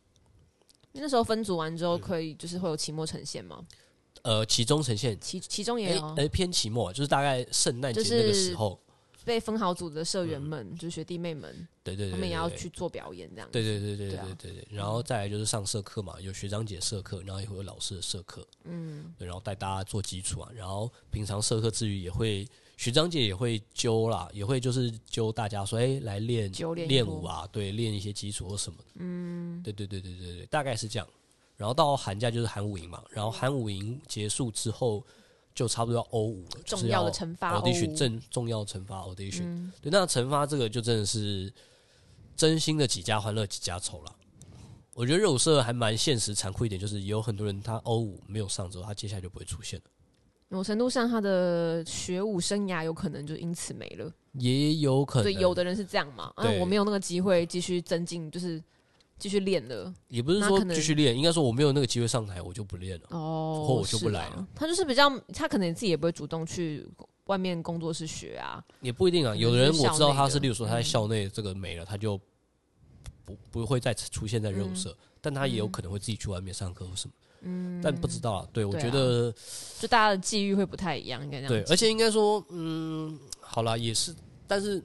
Speaker 3: 那时候分组完之
Speaker 2: 嗯
Speaker 3: 后，可以就是会有期末呈现嘛，
Speaker 2: 呃，期中呈现，
Speaker 3: 其其中也
Speaker 2: 哎
Speaker 3: 有
Speaker 2: 哎偏期末，就是大概圣诞节
Speaker 3: 哦就
Speaker 2: 那个
Speaker 3: 是
Speaker 2: 时候，
Speaker 3: 被分好组的社员们，就是学弟妹们，
Speaker 2: 对嗯对对，
Speaker 3: 他们也
Speaker 2: 对
Speaker 3: 要
Speaker 2: 对
Speaker 3: 去做表演这样，
Speaker 2: 对对对
Speaker 3: 对
Speaker 2: 对对
Speaker 3: 啊
Speaker 2: 对对对，然后再来就是上社课嘛，有学长姐社课，然后也会有老师的社课，嗯，对，然后带大家做基础啊，然后平常社课之余也会学长姐也会揪啦，也会就是揪大家说，哎、来练
Speaker 3: 揪练一
Speaker 2: 练
Speaker 3: 波
Speaker 2: 舞啊，对，练一些基础或什么的，嗯，对对对对对对，大概是这样。然后到寒假就是寒舞营嘛，然后寒舞营结束之后就差不多要欧舞了，就是
Speaker 3: 重要的惩罚
Speaker 2: audition
Speaker 3: 哦嗯
Speaker 2: 正重要惩罚 audition，、对，那惩罚这个就真的是真心的几家欢乐几家愁了。我觉得热舞社还蛮现实残酷一点，就是有很多人他欧舞没有上之后，他接下来就不会出现了。
Speaker 3: 某程度上，他的学舞生涯有可能就因此没了。
Speaker 2: 也有可
Speaker 3: 对，
Speaker 2: 能，
Speaker 3: 有的人是这样嘛，啊，
Speaker 2: 对
Speaker 3: 我没有那个机会继续增进，就是继续练了。
Speaker 2: 也不是
Speaker 3: 那
Speaker 2: 说
Speaker 3: 可能
Speaker 2: 继续练，应该说我没有那个机会上台，我就不练了。
Speaker 3: 哦，
Speaker 2: 或我就不
Speaker 3: 是
Speaker 2: 来
Speaker 3: 啊
Speaker 2: 了。
Speaker 3: 他就是比较，他可能自己也不会主动去外面工作室学啊。
Speaker 2: 也不一定啊，
Speaker 3: 能
Speaker 2: 有的人
Speaker 3: 是
Speaker 2: 我知道他是，
Speaker 3: 校内的嗯
Speaker 2: 例如说他在校内这个没了，他就不不会再出现在热舞社，
Speaker 3: 嗯
Speaker 2: 但他也有可能会自己去外面上课或什么。嗯，但不知道啊。对，我
Speaker 3: 对啊
Speaker 2: 觉得
Speaker 3: 就大家的际遇会不太一样，应该这样
Speaker 2: 对，
Speaker 3: 讲
Speaker 2: 而且应该说，嗯，好啦，也是，但是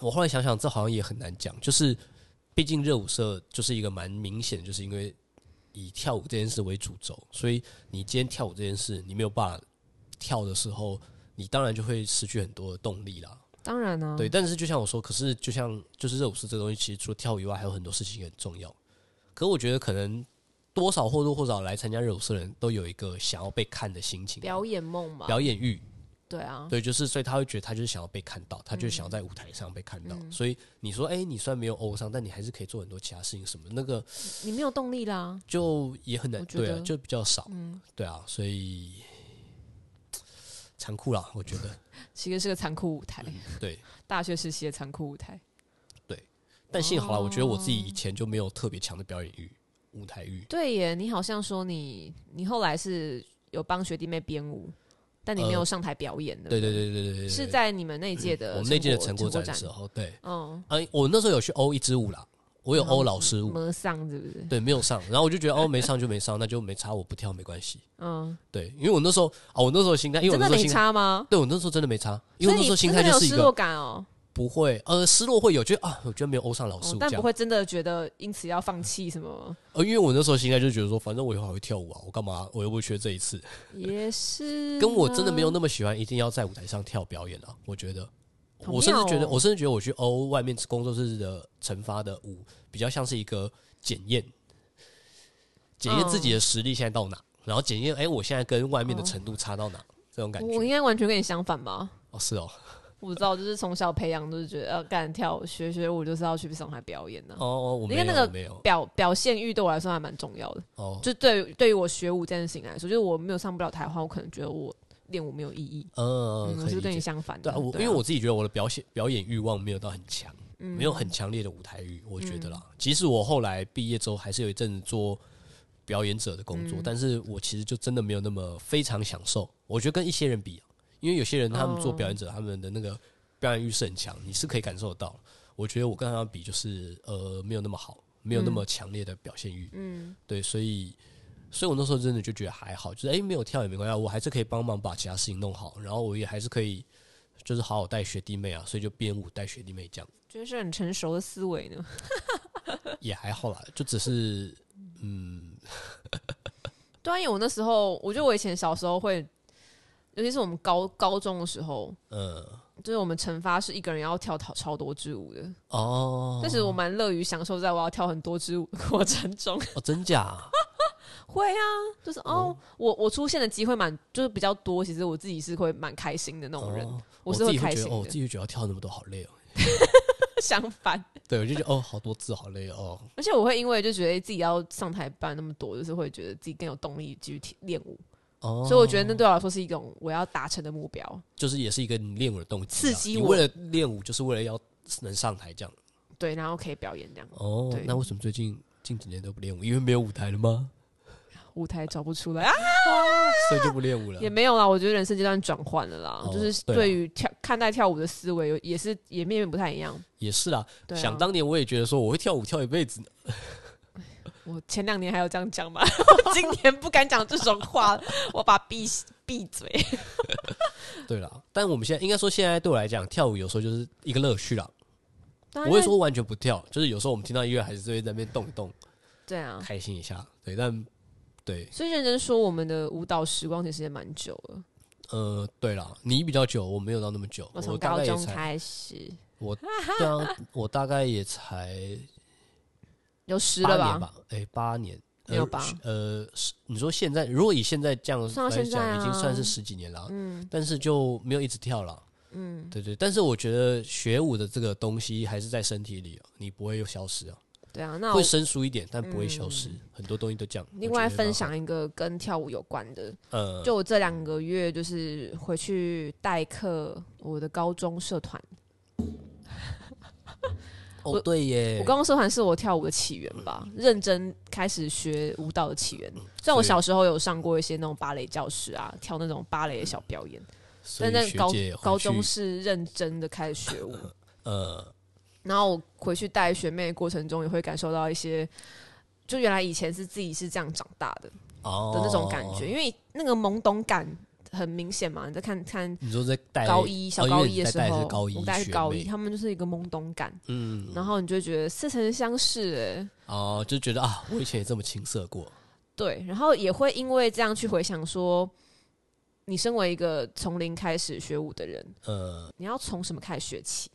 Speaker 2: 我后来想想，这好像也很难讲，就是毕竟热舞社就是一个蛮明显，就是因为以跳舞这件事为主轴，所以你今天跳舞这件事，你没有办法跳的时候，你当然就会失去很多的动力啦。
Speaker 3: 当然啊，
Speaker 2: 对，但是就像我说，可是就像就是热舞社这东西，其实除了跳舞以外，还有很多事情很重要。可我觉得可能多少或多或少来参加热舞社的人都有一个想要被看的心情啊，
Speaker 3: 表演梦嘛，
Speaker 2: 表演欲，
Speaker 3: 对啊，
Speaker 2: 对，就是所以他会觉得他就是想要被看到，他就想要在舞台上被看到。所以你说，哎、你虽然没有欧伤，但你还是可以做很多其他事情，什么那个
Speaker 3: 你没有动力啦。
Speaker 2: 就也很难，
Speaker 3: 我觉得
Speaker 2: 对、啊，就比较少，对啊，所以残酷啦，我觉得
Speaker 3: 其实是个残酷舞台，
Speaker 2: 嗯对。
Speaker 3: 大学时期的残酷舞台。
Speaker 2: 但幸好啦，我觉得我自己以前就没有特别强的表演欲、舞台欲。
Speaker 3: 对耶，你好像说你你后来是有帮学弟妹编舞，但你没有
Speaker 2: 呃
Speaker 3: 上台表演的、
Speaker 2: 对对对对对对，
Speaker 3: 是在你们那一届
Speaker 2: 对
Speaker 3: 的
Speaker 2: 我们那届的
Speaker 3: 成
Speaker 2: 成果
Speaker 3: 展
Speaker 2: 展的时候，对，
Speaker 3: 嗯，
Speaker 2: 哎，我那时候有去欧一支舞啦，我有欧老师嗯舞，
Speaker 3: 么上是不是？
Speaker 2: 对，没有上，然后我就觉得哦，没上就没上，那就没差，我不跳没关系。
Speaker 3: 嗯，
Speaker 2: 对，因为我那时候啊，我那时候心态，因为我
Speaker 3: 真
Speaker 2: 那
Speaker 3: 的
Speaker 2: 时候
Speaker 3: 没
Speaker 2: 心态，
Speaker 3: 差吗？
Speaker 2: 对我那时候真的没差，因为我那时候心态
Speaker 3: 所以你真的没有
Speaker 2: 就是一
Speaker 3: 失落
Speaker 2: 个
Speaker 3: 感哦，
Speaker 2: 不会，呃，失落会有，觉得啊，我觉得没有欧上老师
Speaker 3: 哦
Speaker 2: 舞
Speaker 3: 但
Speaker 2: 这
Speaker 3: 不
Speaker 2: 样，
Speaker 3: 会真的觉得因此要放弃什么，
Speaker 2: 呃，因为我那时候心态就觉得说，反正我以后还会跳舞啊，我干嘛，我又不缺这一次，
Speaker 3: 也是。啊
Speaker 2: 跟我真的没有那么喜欢，一定要在舞台上跳表演啊，我觉得。
Speaker 3: 好
Speaker 2: 我甚至觉得，
Speaker 3: 妙哦
Speaker 2: 我甚至觉得我去欧外面工作室的惩罚的舞，比较像是一个检验，检验自己的实力现在到哪，然后检验哎，我现在跟外面的程度差到哪，这种感
Speaker 3: 哦我应
Speaker 2: 觉。
Speaker 3: 该完全跟你相反吧？
Speaker 2: 哦，是哦，
Speaker 3: 我知道，就是从小培养，就是觉得要干跳学学舞，就是要去上台表演呢、
Speaker 2: 哦哦，我没
Speaker 3: 因为
Speaker 2: 有，
Speaker 3: 那个
Speaker 2: 我没有，
Speaker 3: 表表现欲对我来说还蛮重要的，
Speaker 2: 哦，
Speaker 3: 就对于对于我学舞这件事情来说，就是我没有上不了台的话，我可能觉得我练舞没有意义。
Speaker 2: 呃，
Speaker 3: 嗯，我
Speaker 2: 可以
Speaker 3: 是
Speaker 2: 理
Speaker 3: 跟你
Speaker 2: 解。
Speaker 3: 相反的，
Speaker 2: 对啊，我因为我自己觉得我的表现表演欲望没有到很强，没有很强烈的舞台欲，我觉得啦。即使我后来毕业之后，还是有一阵子做表演者的工作，但是我其实就真的没有那么非常享受。我觉得跟一些人比，因为有些人他们做
Speaker 3: 哦
Speaker 2: 表演者，他们的那个表演欲是很强，你是可以感受得到。我觉得我跟他们比，就是呃，没有那么好，没有那么强烈的表现欲。嗯，对，所以。所以我那时候真的就觉得还好，就是哎、诶没有跳也没关系啊，我还是可以帮忙把其他事情弄好，然后我也还是可以就是好好带学弟妹啊，所以就编舞带学弟妹这样，
Speaker 3: 觉得是很成熟的思维呢。
Speaker 2: 也还好啦，就只是嗯，
Speaker 3: 对啊，因为我那时候，我觉得我以前小时候会，尤其是我们高高中的时候，
Speaker 2: 呃，
Speaker 3: 就是我们惩罚是一个人要跳超超多支舞的，
Speaker 2: 哦，
Speaker 3: 但是我蛮乐于享受在我要跳很多支舞的过程中。 *laughs*
Speaker 2: 哦，真假？
Speaker 3: 会啊，就是哦，我我出现的机会蛮就是比较多，其实我自己是会蛮开心的那种人，
Speaker 2: 哦
Speaker 3: *laughs* 我是
Speaker 2: 自己
Speaker 3: 开
Speaker 2: 会
Speaker 3: 心
Speaker 2: 觉
Speaker 3: 的。
Speaker 2: 得，哦，我自己会觉得要跳那么多好累哦。
Speaker 3: *laughs* 相反，
Speaker 2: 对，我就觉得哦，好多字好累哦。
Speaker 3: 而且我会因为就觉得哎自己要上台办那么多，就是会觉得自己更有动力继续踢练舞，
Speaker 2: 哦，
Speaker 3: *laughs* 所以我觉得那对我来说是一种我要达成的目标。
Speaker 2: 就是也是一个你练舞的动机啊，
Speaker 3: 刺激
Speaker 2: 你
Speaker 3: 我
Speaker 2: 为了练舞，就是为了要能上台这样。
Speaker 3: 对，然后可以表演这样，
Speaker 2: 哦
Speaker 3: 对，
Speaker 2: 那为什么最近近几年都不练舞？因为没有舞台了吗？
Speaker 3: 舞台找不出来啊，
Speaker 2: *laughs* 所以就不练舞了
Speaker 3: 也。没有啦。我觉得人生阶段转换了啦，
Speaker 2: 啊哦
Speaker 3: 就是
Speaker 2: 对啊
Speaker 3: 对于跳看待跳舞的思维有也是也面面不太一样。
Speaker 2: 也是啦，
Speaker 3: 对啊
Speaker 2: 想当年我也觉得说我会跳舞跳一辈子呢。
Speaker 3: 我前两年还有这样讲嘛， *laughs* 我今年不敢讲这种话，我把闭闭嘴。
Speaker 2: 对啦，但我们现在应该说，现在对我来讲，跳舞有时候就是一个乐趣啦。
Speaker 3: 当
Speaker 2: 不
Speaker 3: 然
Speaker 2: 会说完全不跳，就是有时候我们听到音乐还是会在那边动一动，
Speaker 3: 对啊，
Speaker 2: 开心一下。对，但对，
Speaker 3: 所以认真说，我们的舞蹈时光其实也蛮久了。
Speaker 2: 呃，对啦，你比较久，我没有到那么久，
Speaker 3: 我
Speaker 2: 我
Speaker 3: 从
Speaker 2: 大
Speaker 3: 高
Speaker 2: 概也
Speaker 3: 中
Speaker 2: 才，
Speaker 3: 开始
Speaker 2: 我对啊，我大概也才
Speaker 3: 有十
Speaker 2: 八
Speaker 3: 了
Speaker 2: 年？吧，哎、八年。
Speaker 3: 没有吧
Speaker 2: 呃，呃是你说现在，如果以现在这样
Speaker 3: 算到
Speaker 2: 来
Speaker 3: 现在啊
Speaker 2: 讲，已经算是十几年了。嗯，但是就没有一直跳了。嗯，对对，但是我觉得学舞的这个东西还是在身体里、啊，你不会消失啊，
Speaker 3: 对啊，那我嗯
Speaker 2: 会生疏一点，但不会消失。很多东西都这样。
Speaker 3: 另
Speaker 2: 我觉
Speaker 3: 外
Speaker 2: 得蛮
Speaker 3: 分
Speaker 2: 好，
Speaker 3: 享一个跟跳舞有关的，
Speaker 2: 呃，
Speaker 3: 就我这两个月就是回去代课我的高中社团，我
Speaker 2: 哦，对耶，
Speaker 3: 我高中社团是我跳舞的起源吧，认真开始学舞蹈的起源。虽然我
Speaker 2: 嗯所以
Speaker 3: 小时候有上过一些那种芭蕾教室啊，跳那种芭蕾的小表演，
Speaker 2: 嗯所
Speaker 3: 但
Speaker 2: 以
Speaker 3: 那
Speaker 2: 学
Speaker 3: 高
Speaker 2: 姐回
Speaker 3: 高
Speaker 2: 去
Speaker 3: 中是认真的开始学舞。
Speaker 2: 呃，
Speaker 3: 然后我回去带学妹的过程中，也会感受到一些，就原来以前是自己是这样长大的
Speaker 2: 哦
Speaker 3: 的那种感觉，。因为那个懵懂感很明显嘛。你在看看
Speaker 2: 你说在带
Speaker 3: 高一小
Speaker 2: 哦
Speaker 3: 高
Speaker 2: 因为
Speaker 3: 一
Speaker 2: 你
Speaker 3: 的
Speaker 2: 在
Speaker 3: 时
Speaker 2: 带
Speaker 3: 候，
Speaker 2: 是高一
Speaker 3: 我带
Speaker 2: 学
Speaker 3: 是高一，
Speaker 2: 妹
Speaker 3: 他们就是一个懵懂感，
Speaker 2: 嗯，
Speaker 3: 然后你就会觉得似曾相识、欸，
Speaker 2: 哦，就觉得啊，我以前也这么青涩过，
Speaker 3: 对，然后也会因为这样去回想说，你身为一个从零开始学舞的人，
Speaker 2: 呃，
Speaker 3: 你要从什么开始学起？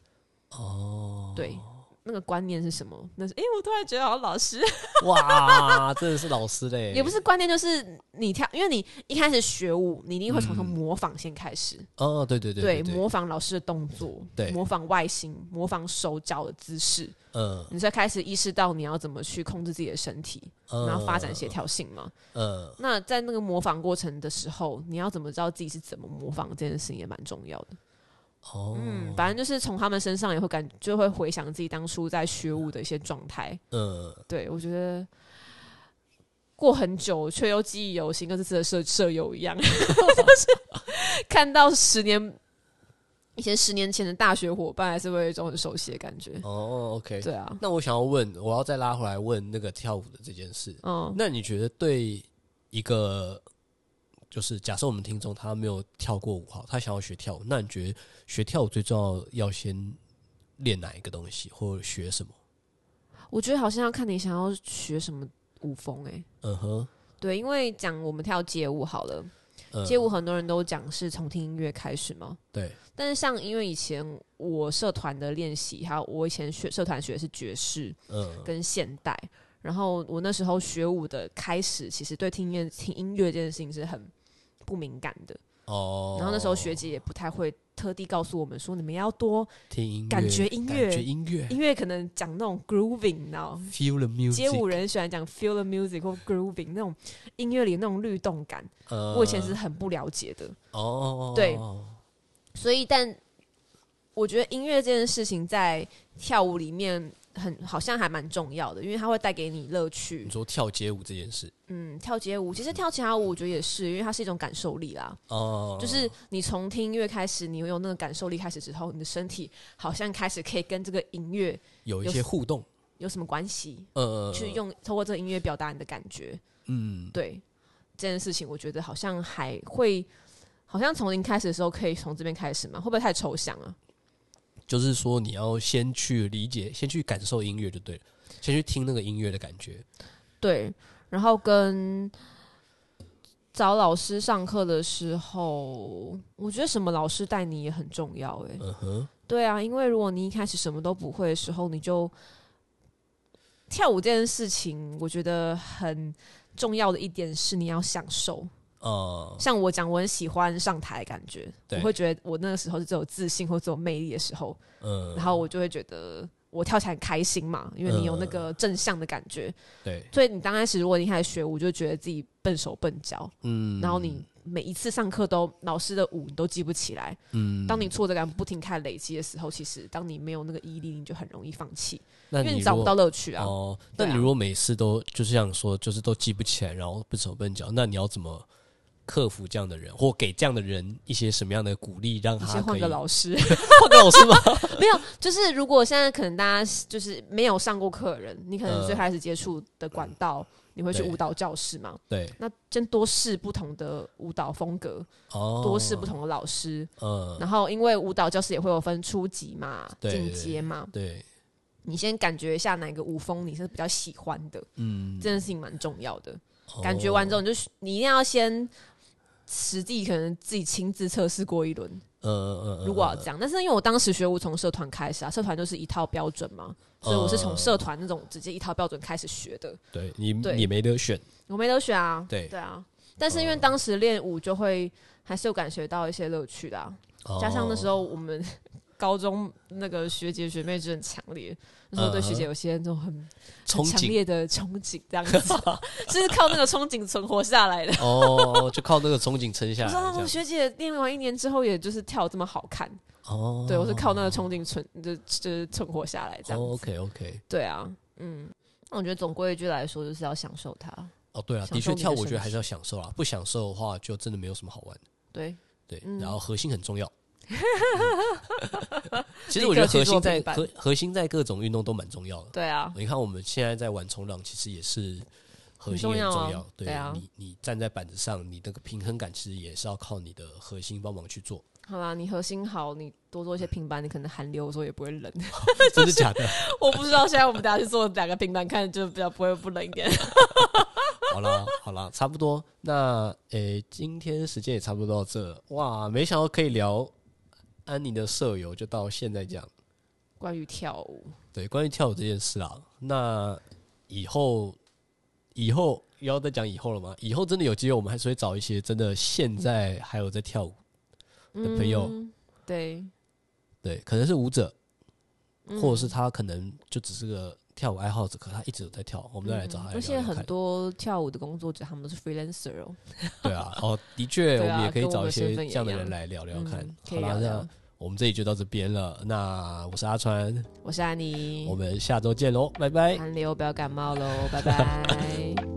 Speaker 2: 哦，
Speaker 3: 对，那个观念是什么？那是哎、诶我突然觉得好像老师 *laughs*
Speaker 2: 哇，真的是老师嘞，
Speaker 3: 也不是观念，就是你跳，因为你一开始学舞，你一定会从从模仿先开始，
Speaker 2: 哦，对嗯对对对对，
Speaker 3: 模仿老师的动作，
Speaker 2: 对
Speaker 3: 模仿外形，模仿手脚的姿势，
Speaker 2: 嗯
Speaker 3: 你才开始意识到你要怎么去控制自己的身体，
Speaker 2: 嗯，
Speaker 3: 然后发展协调性嘛。
Speaker 2: 嗯，
Speaker 3: 那在那个模仿过程的时候，你要怎么知道自己是怎么模仿这件事情也蛮重要的。
Speaker 2: 哦，
Speaker 3: 嗯，反正就是从他们身上也会感，就会回想自己当初在学舞的一些状态。
Speaker 2: 嗯，
Speaker 3: 对我觉得过很久却又记忆犹新，跟这次的舍舍友一样， *laughs* 就是 *laughs* 看到十年以前十年前的大学伙伴，还是会有一种很熟悉的感觉。
Speaker 2: 哦，OK，
Speaker 3: 对啊，
Speaker 2: 那我想要问，我要再拉回来问那个跳舞的这件事，
Speaker 3: 嗯，
Speaker 2: 那你觉得对一个就是假设我们听众他没有跳过舞好，他想要学跳舞，那你觉得学跳舞最重要要先练哪一个东西，或者学什么？
Speaker 3: 我觉得好像要看你想要学什么舞风诶、欸
Speaker 2: 嗯哼，
Speaker 3: 对，因为讲我们跳街舞好了，
Speaker 2: 嗯
Speaker 3: 街舞很多人都讲是从听音乐开始嘛，
Speaker 2: 对，
Speaker 3: 但是像因为以前我社团的练习，还有我以前学社团学的是爵士
Speaker 2: 嗯
Speaker 3: 跟现代，然后我那时候学舞的开始，其实对听音乐听音乐这件事情是很不敏感的。
Speaker 2: 哦，
Speaker 3: 然后那时候学姐也不太会特地告诉我们说你们要多
Speaker 2: 听音乐，
Speaker 3: 感觉音乐
Speaker 2: 感觉音乐
Speaker 3: 音乐，可能讲那种 grooving，你知道。
Speaker 2: ，feel the music。
Speaker 3: 街舞人喜欢讲 feel the music 或 grooving 那种音乐里的那种律动感，
Speaker 2: 呃，
Speaker 3: 我以前是很不了解的。
Speaker 2: 哦，
Speaker 3: 对所以，但我觉得音乐这件事情在跳舞里面很好像还蛮重要的，因为它会带给你乐趣
Speaker 2: 你。说跳街舞这件事，
Speaker 3: 嗯，跳街舞其实跳其他舞，我觉得也是，因为它是一种感受力啦。
Speaker 2: 哦，
Speaker 3: 就是你从听音乐开始，你有那个感受力开始之后，你的身体好像开始可以跟这个音乐
Speaker 2: 有一
Speaker 3: 有
Speaker 2: 些互动，
Speaker 3: 有什么关系，
Speaker 2: 呃，
Speaker 3: 去用透过这个音乐表达你的感觉。
Speaker 2: 嗯，
Speaker 3: 对这件事情，我觉得好像还会，好像从零开始的时候可以从这边开始嘛？会不会太抽象啊？
Speaker 2: 就是说你要先去理解，先去感受音乐就对了，先去听那个音乐的感觉。
Speaker 3: 对，然后跟找老师上课的时候，我觉得什么老师带你也很重要、欸。
Speaker 2: 嗯哼，
Speaker 3: 对啊，因为如果你一开始什么都不会的时候，你就跳舞这件事情，我觉得很重要的一点是你要享受。
Speaker 2: 呃，
Speaker 3: 像我讲，我很喜欢上台的感觉，我
Speaker 2: 对
Speaker 3: 会觉得我那个时候是最有自信或最有魅力的时候，
Speaker 2: 嗯，
Speaker 3: 然后我就会觉得我跳起来很开心嘛，因为你有那
Speaker 2: 嗯
Speaker 3: 个正向的感觉。
Speaker 2: 对，
Speaker 3: 所以你刚开始如果你开始学舞，就觉得自己笨手笨脚，
Speaker 2: 嗯，
Speaker 3: 然后你每一次上课都老师的舞你都记不起来。
Speaker 2: 嗯，
Speaker 3: 当你挫折感不停开始累积的时候，其实当你没有那个毅力，你就很容易放弃，
Speaker 2: 那
Speaker 3: 因为你
Speaker 2: 如
Speaker 3: 找不
Speaker 2: 果
Speaker 3: 到乐趣啊。
Speaker 2: 哦，
Speaker 3: 对啊
Speaker 2: 那你如果每次都就是像你说，就是都记不起来，然后笨手笨脚，那你要怎么克服这样的人，或给这样的人一些什么样的鼓励，让
Speaker 3: 你
Speaker 2: 他
Speaker 3: 先换
Speaker 2: 哦可以
Speaker 3: 个老师， *laughs*
Speaker 2: 换个老师吗？ *laughs*
Speaker 3: 没有，就是如果现在可能大家就是没有上过课的人，你可能
Speaker 2: 呃
Speaker 3: 最开始接触的管道，你会去
Speaker 2: 对
Speaker 3: 舞蹈教室嘛？
Speaker 2: 对，
Speaker 3: 那先多试不同的舞蹈风格，
Speaker 2: 哦，
Speaker 3: 多试不，同的老师，
Speaker 2: 嗯，
Speaker 3: 然后因为舞蹈教室也会有分初级嘛、
Speaker 2: 对
Speaker 3: 进阶嘛，
Speaker 2: 对，
Speaker 3: 你先感觉一下哪个舞风你是比较喜欢的，
Speaker 2: 嗯哦
Speaker 3: 这，件事情蛮重要的。感觉完之后，你就你一定要先实际可能自己亲自测试过一轮，
Speaker 2: 呃，呃呃，
Speaker 3: 如果要这样。但是因为我当时学舞从社团开始啊，社团就是一套标准嘛，
Speaker 2: 嗯
Speaker 3: 所以我是从社团那种直接一套标准开始学的，
Speaker 2: 对你
Speaker 3: 对
Speaker 2: 你没得选，
Speaker 3: 我没得选啊。
Speaker 2: 对
Speaker 3: 对啊，但是因为当时练舞就会还是有感觉到一些乐趣的啊、
Speaker 2: 哦
Speaker 3: 加上那时
Speaker 2: 候
Speaker 3: 候我们 *laughs* 高中那个学姐学妹制很强烈，那时候对学
Speaker 2: 嗯
Speaker 3: 姐有些那种很很
Speaker 2: 憧
Speaker 3: 强
Speaker 2: 憬
Speaker 3: 烈的憧憬，这样
Speaker 2: *laughs*
Speaker 3: 子， *laughs* 就是靠那个憧憬存活下来的。
Speaker 2: 哦，就靠那个憧憬撑下
Speaker 3: 我
Speaker 2: 来，
Speaker 3: 说
Speaker 2: 啊
Speaker 3: 啊
Speaker 2: 这
Speaker 3: 我
Speaker 2: 样
Speaker 3: 学姐练完一年之后，也就是跳这么好看，
Speaker 2: 哦，
Speaker 3: 对我是靠那个憧憬存，就就是存活下来这样。
Speaker 2: 哦，OK OK，
Speaker 3: 对啊，嗯，那我觉得总归一句来说，就是要享受它。
Speaker 2: 哦，对啊，
Speaker 3: 享
Speaker 2: 的
Speaker 3: 受
Speaker 2: 确
Speaker 3: 你的
Speaker 2: 跳舞我
Speaker 3: 身
Speaker 2: 觉得还
Speaker 3: 体
Speaker 2: 是要享受啦，不享受的话就真的没有什么好玩的。
Speaker 3: 对，
Speaker 2: 对，
Speaker 3: 嗯
Speaker 2: 然后核心很
Speaker 3: *laughs*
Speaker 2: 重要。嗯其
Speaker 3: 立
Speaker 2: 实我觉
Speaker 3: 刻去做
Speaker 2: 得核心在
Speaker 3: 平板
Speaker 2: 核核心在各种运动都蛮重要的。
Speaker 3: 对啊，
Speaker 2: 你看我们现在在玩冲浪，其实也是核心
Speaker 3: 很重
Speaker 2: 也
Speaker 3: 要
Speaker 2: 很
Speaker 3: 啊
Speaker 2: 重要。
Speaker 3: 对啊
Speaker 2: 你你站在板子上，你那个平衡感其实也是要靠你的核心帮忙去做。 *laughs*
Speaker 3: 好啦，你核心好，你多做一些平板，你可能寒流的时候也不会
Speaker 2: *laughs*
Speaker 3: 冷。
Speaker 2: 真的假的？
Speaker 3: 我不知道现在我们大家去做两个平板看，就比较不会不冷一点。
Speaker 2: *laughs* 好啦好啦，差不多。那诶、今天时间也差不多到这。哇，没想到可以聊安妮的舍友，就到现在这样。
Speaker 3: 关于跳舞，
Speaker 2: 对，关于跳舞这件事啊，那以后以后要再讲以后了吗？以后真的有机会，我们还是会找一些真的现在还有在跳舞，的朋友
Speaker 3: 嗯对，
Speaker 2: 对，可能是舞者，
Speaker 3: 嗯
Speaker 2: 或者是他可能就只是个跳舞爱好者，可他一直有在跳，我们再来找他来聊
Speaker 3: 嗯而且
Speaker 2: 聊看
Speaker 3: 很多跳舞的工作者，他们都是 freelancer 哦。
Speaker 2: 对啊，哦，的
Speaker 3: *laughs*
Speaker 2: 确，
Speaker 3: 对
Speaker 2: 我
Speaker 3: 啊
Speaker 2: 们也可以
Speaker 3: 跟我
Speaker 2: 找
Speaker 3: 们
Speaker 2: 一些
Speaker 3: 身份
Speaker 2: 这
Speaker 3: 也
Speaker 2: 样的
Speaker 3: 一
Speaker 2: 人
Speaker 3: 样
Speaker 2: 来聊聊看
Speaker 3: 嗯。可
Speaker 2: 好
Speaker 3: 以
Speaker 2: 啦，
Speaker 3: 聊
Speaker 2: 那
Speaker 3: 聊
Speaker 2: 我们这里就到这边了。那我是阿川，
Speaker 3: 我是安妮，
Speaker 2: 我们下周见喽，拜拜。 *laughs*
Speaker 3: 寒流不要感冒喽，拜拜。 *laughs*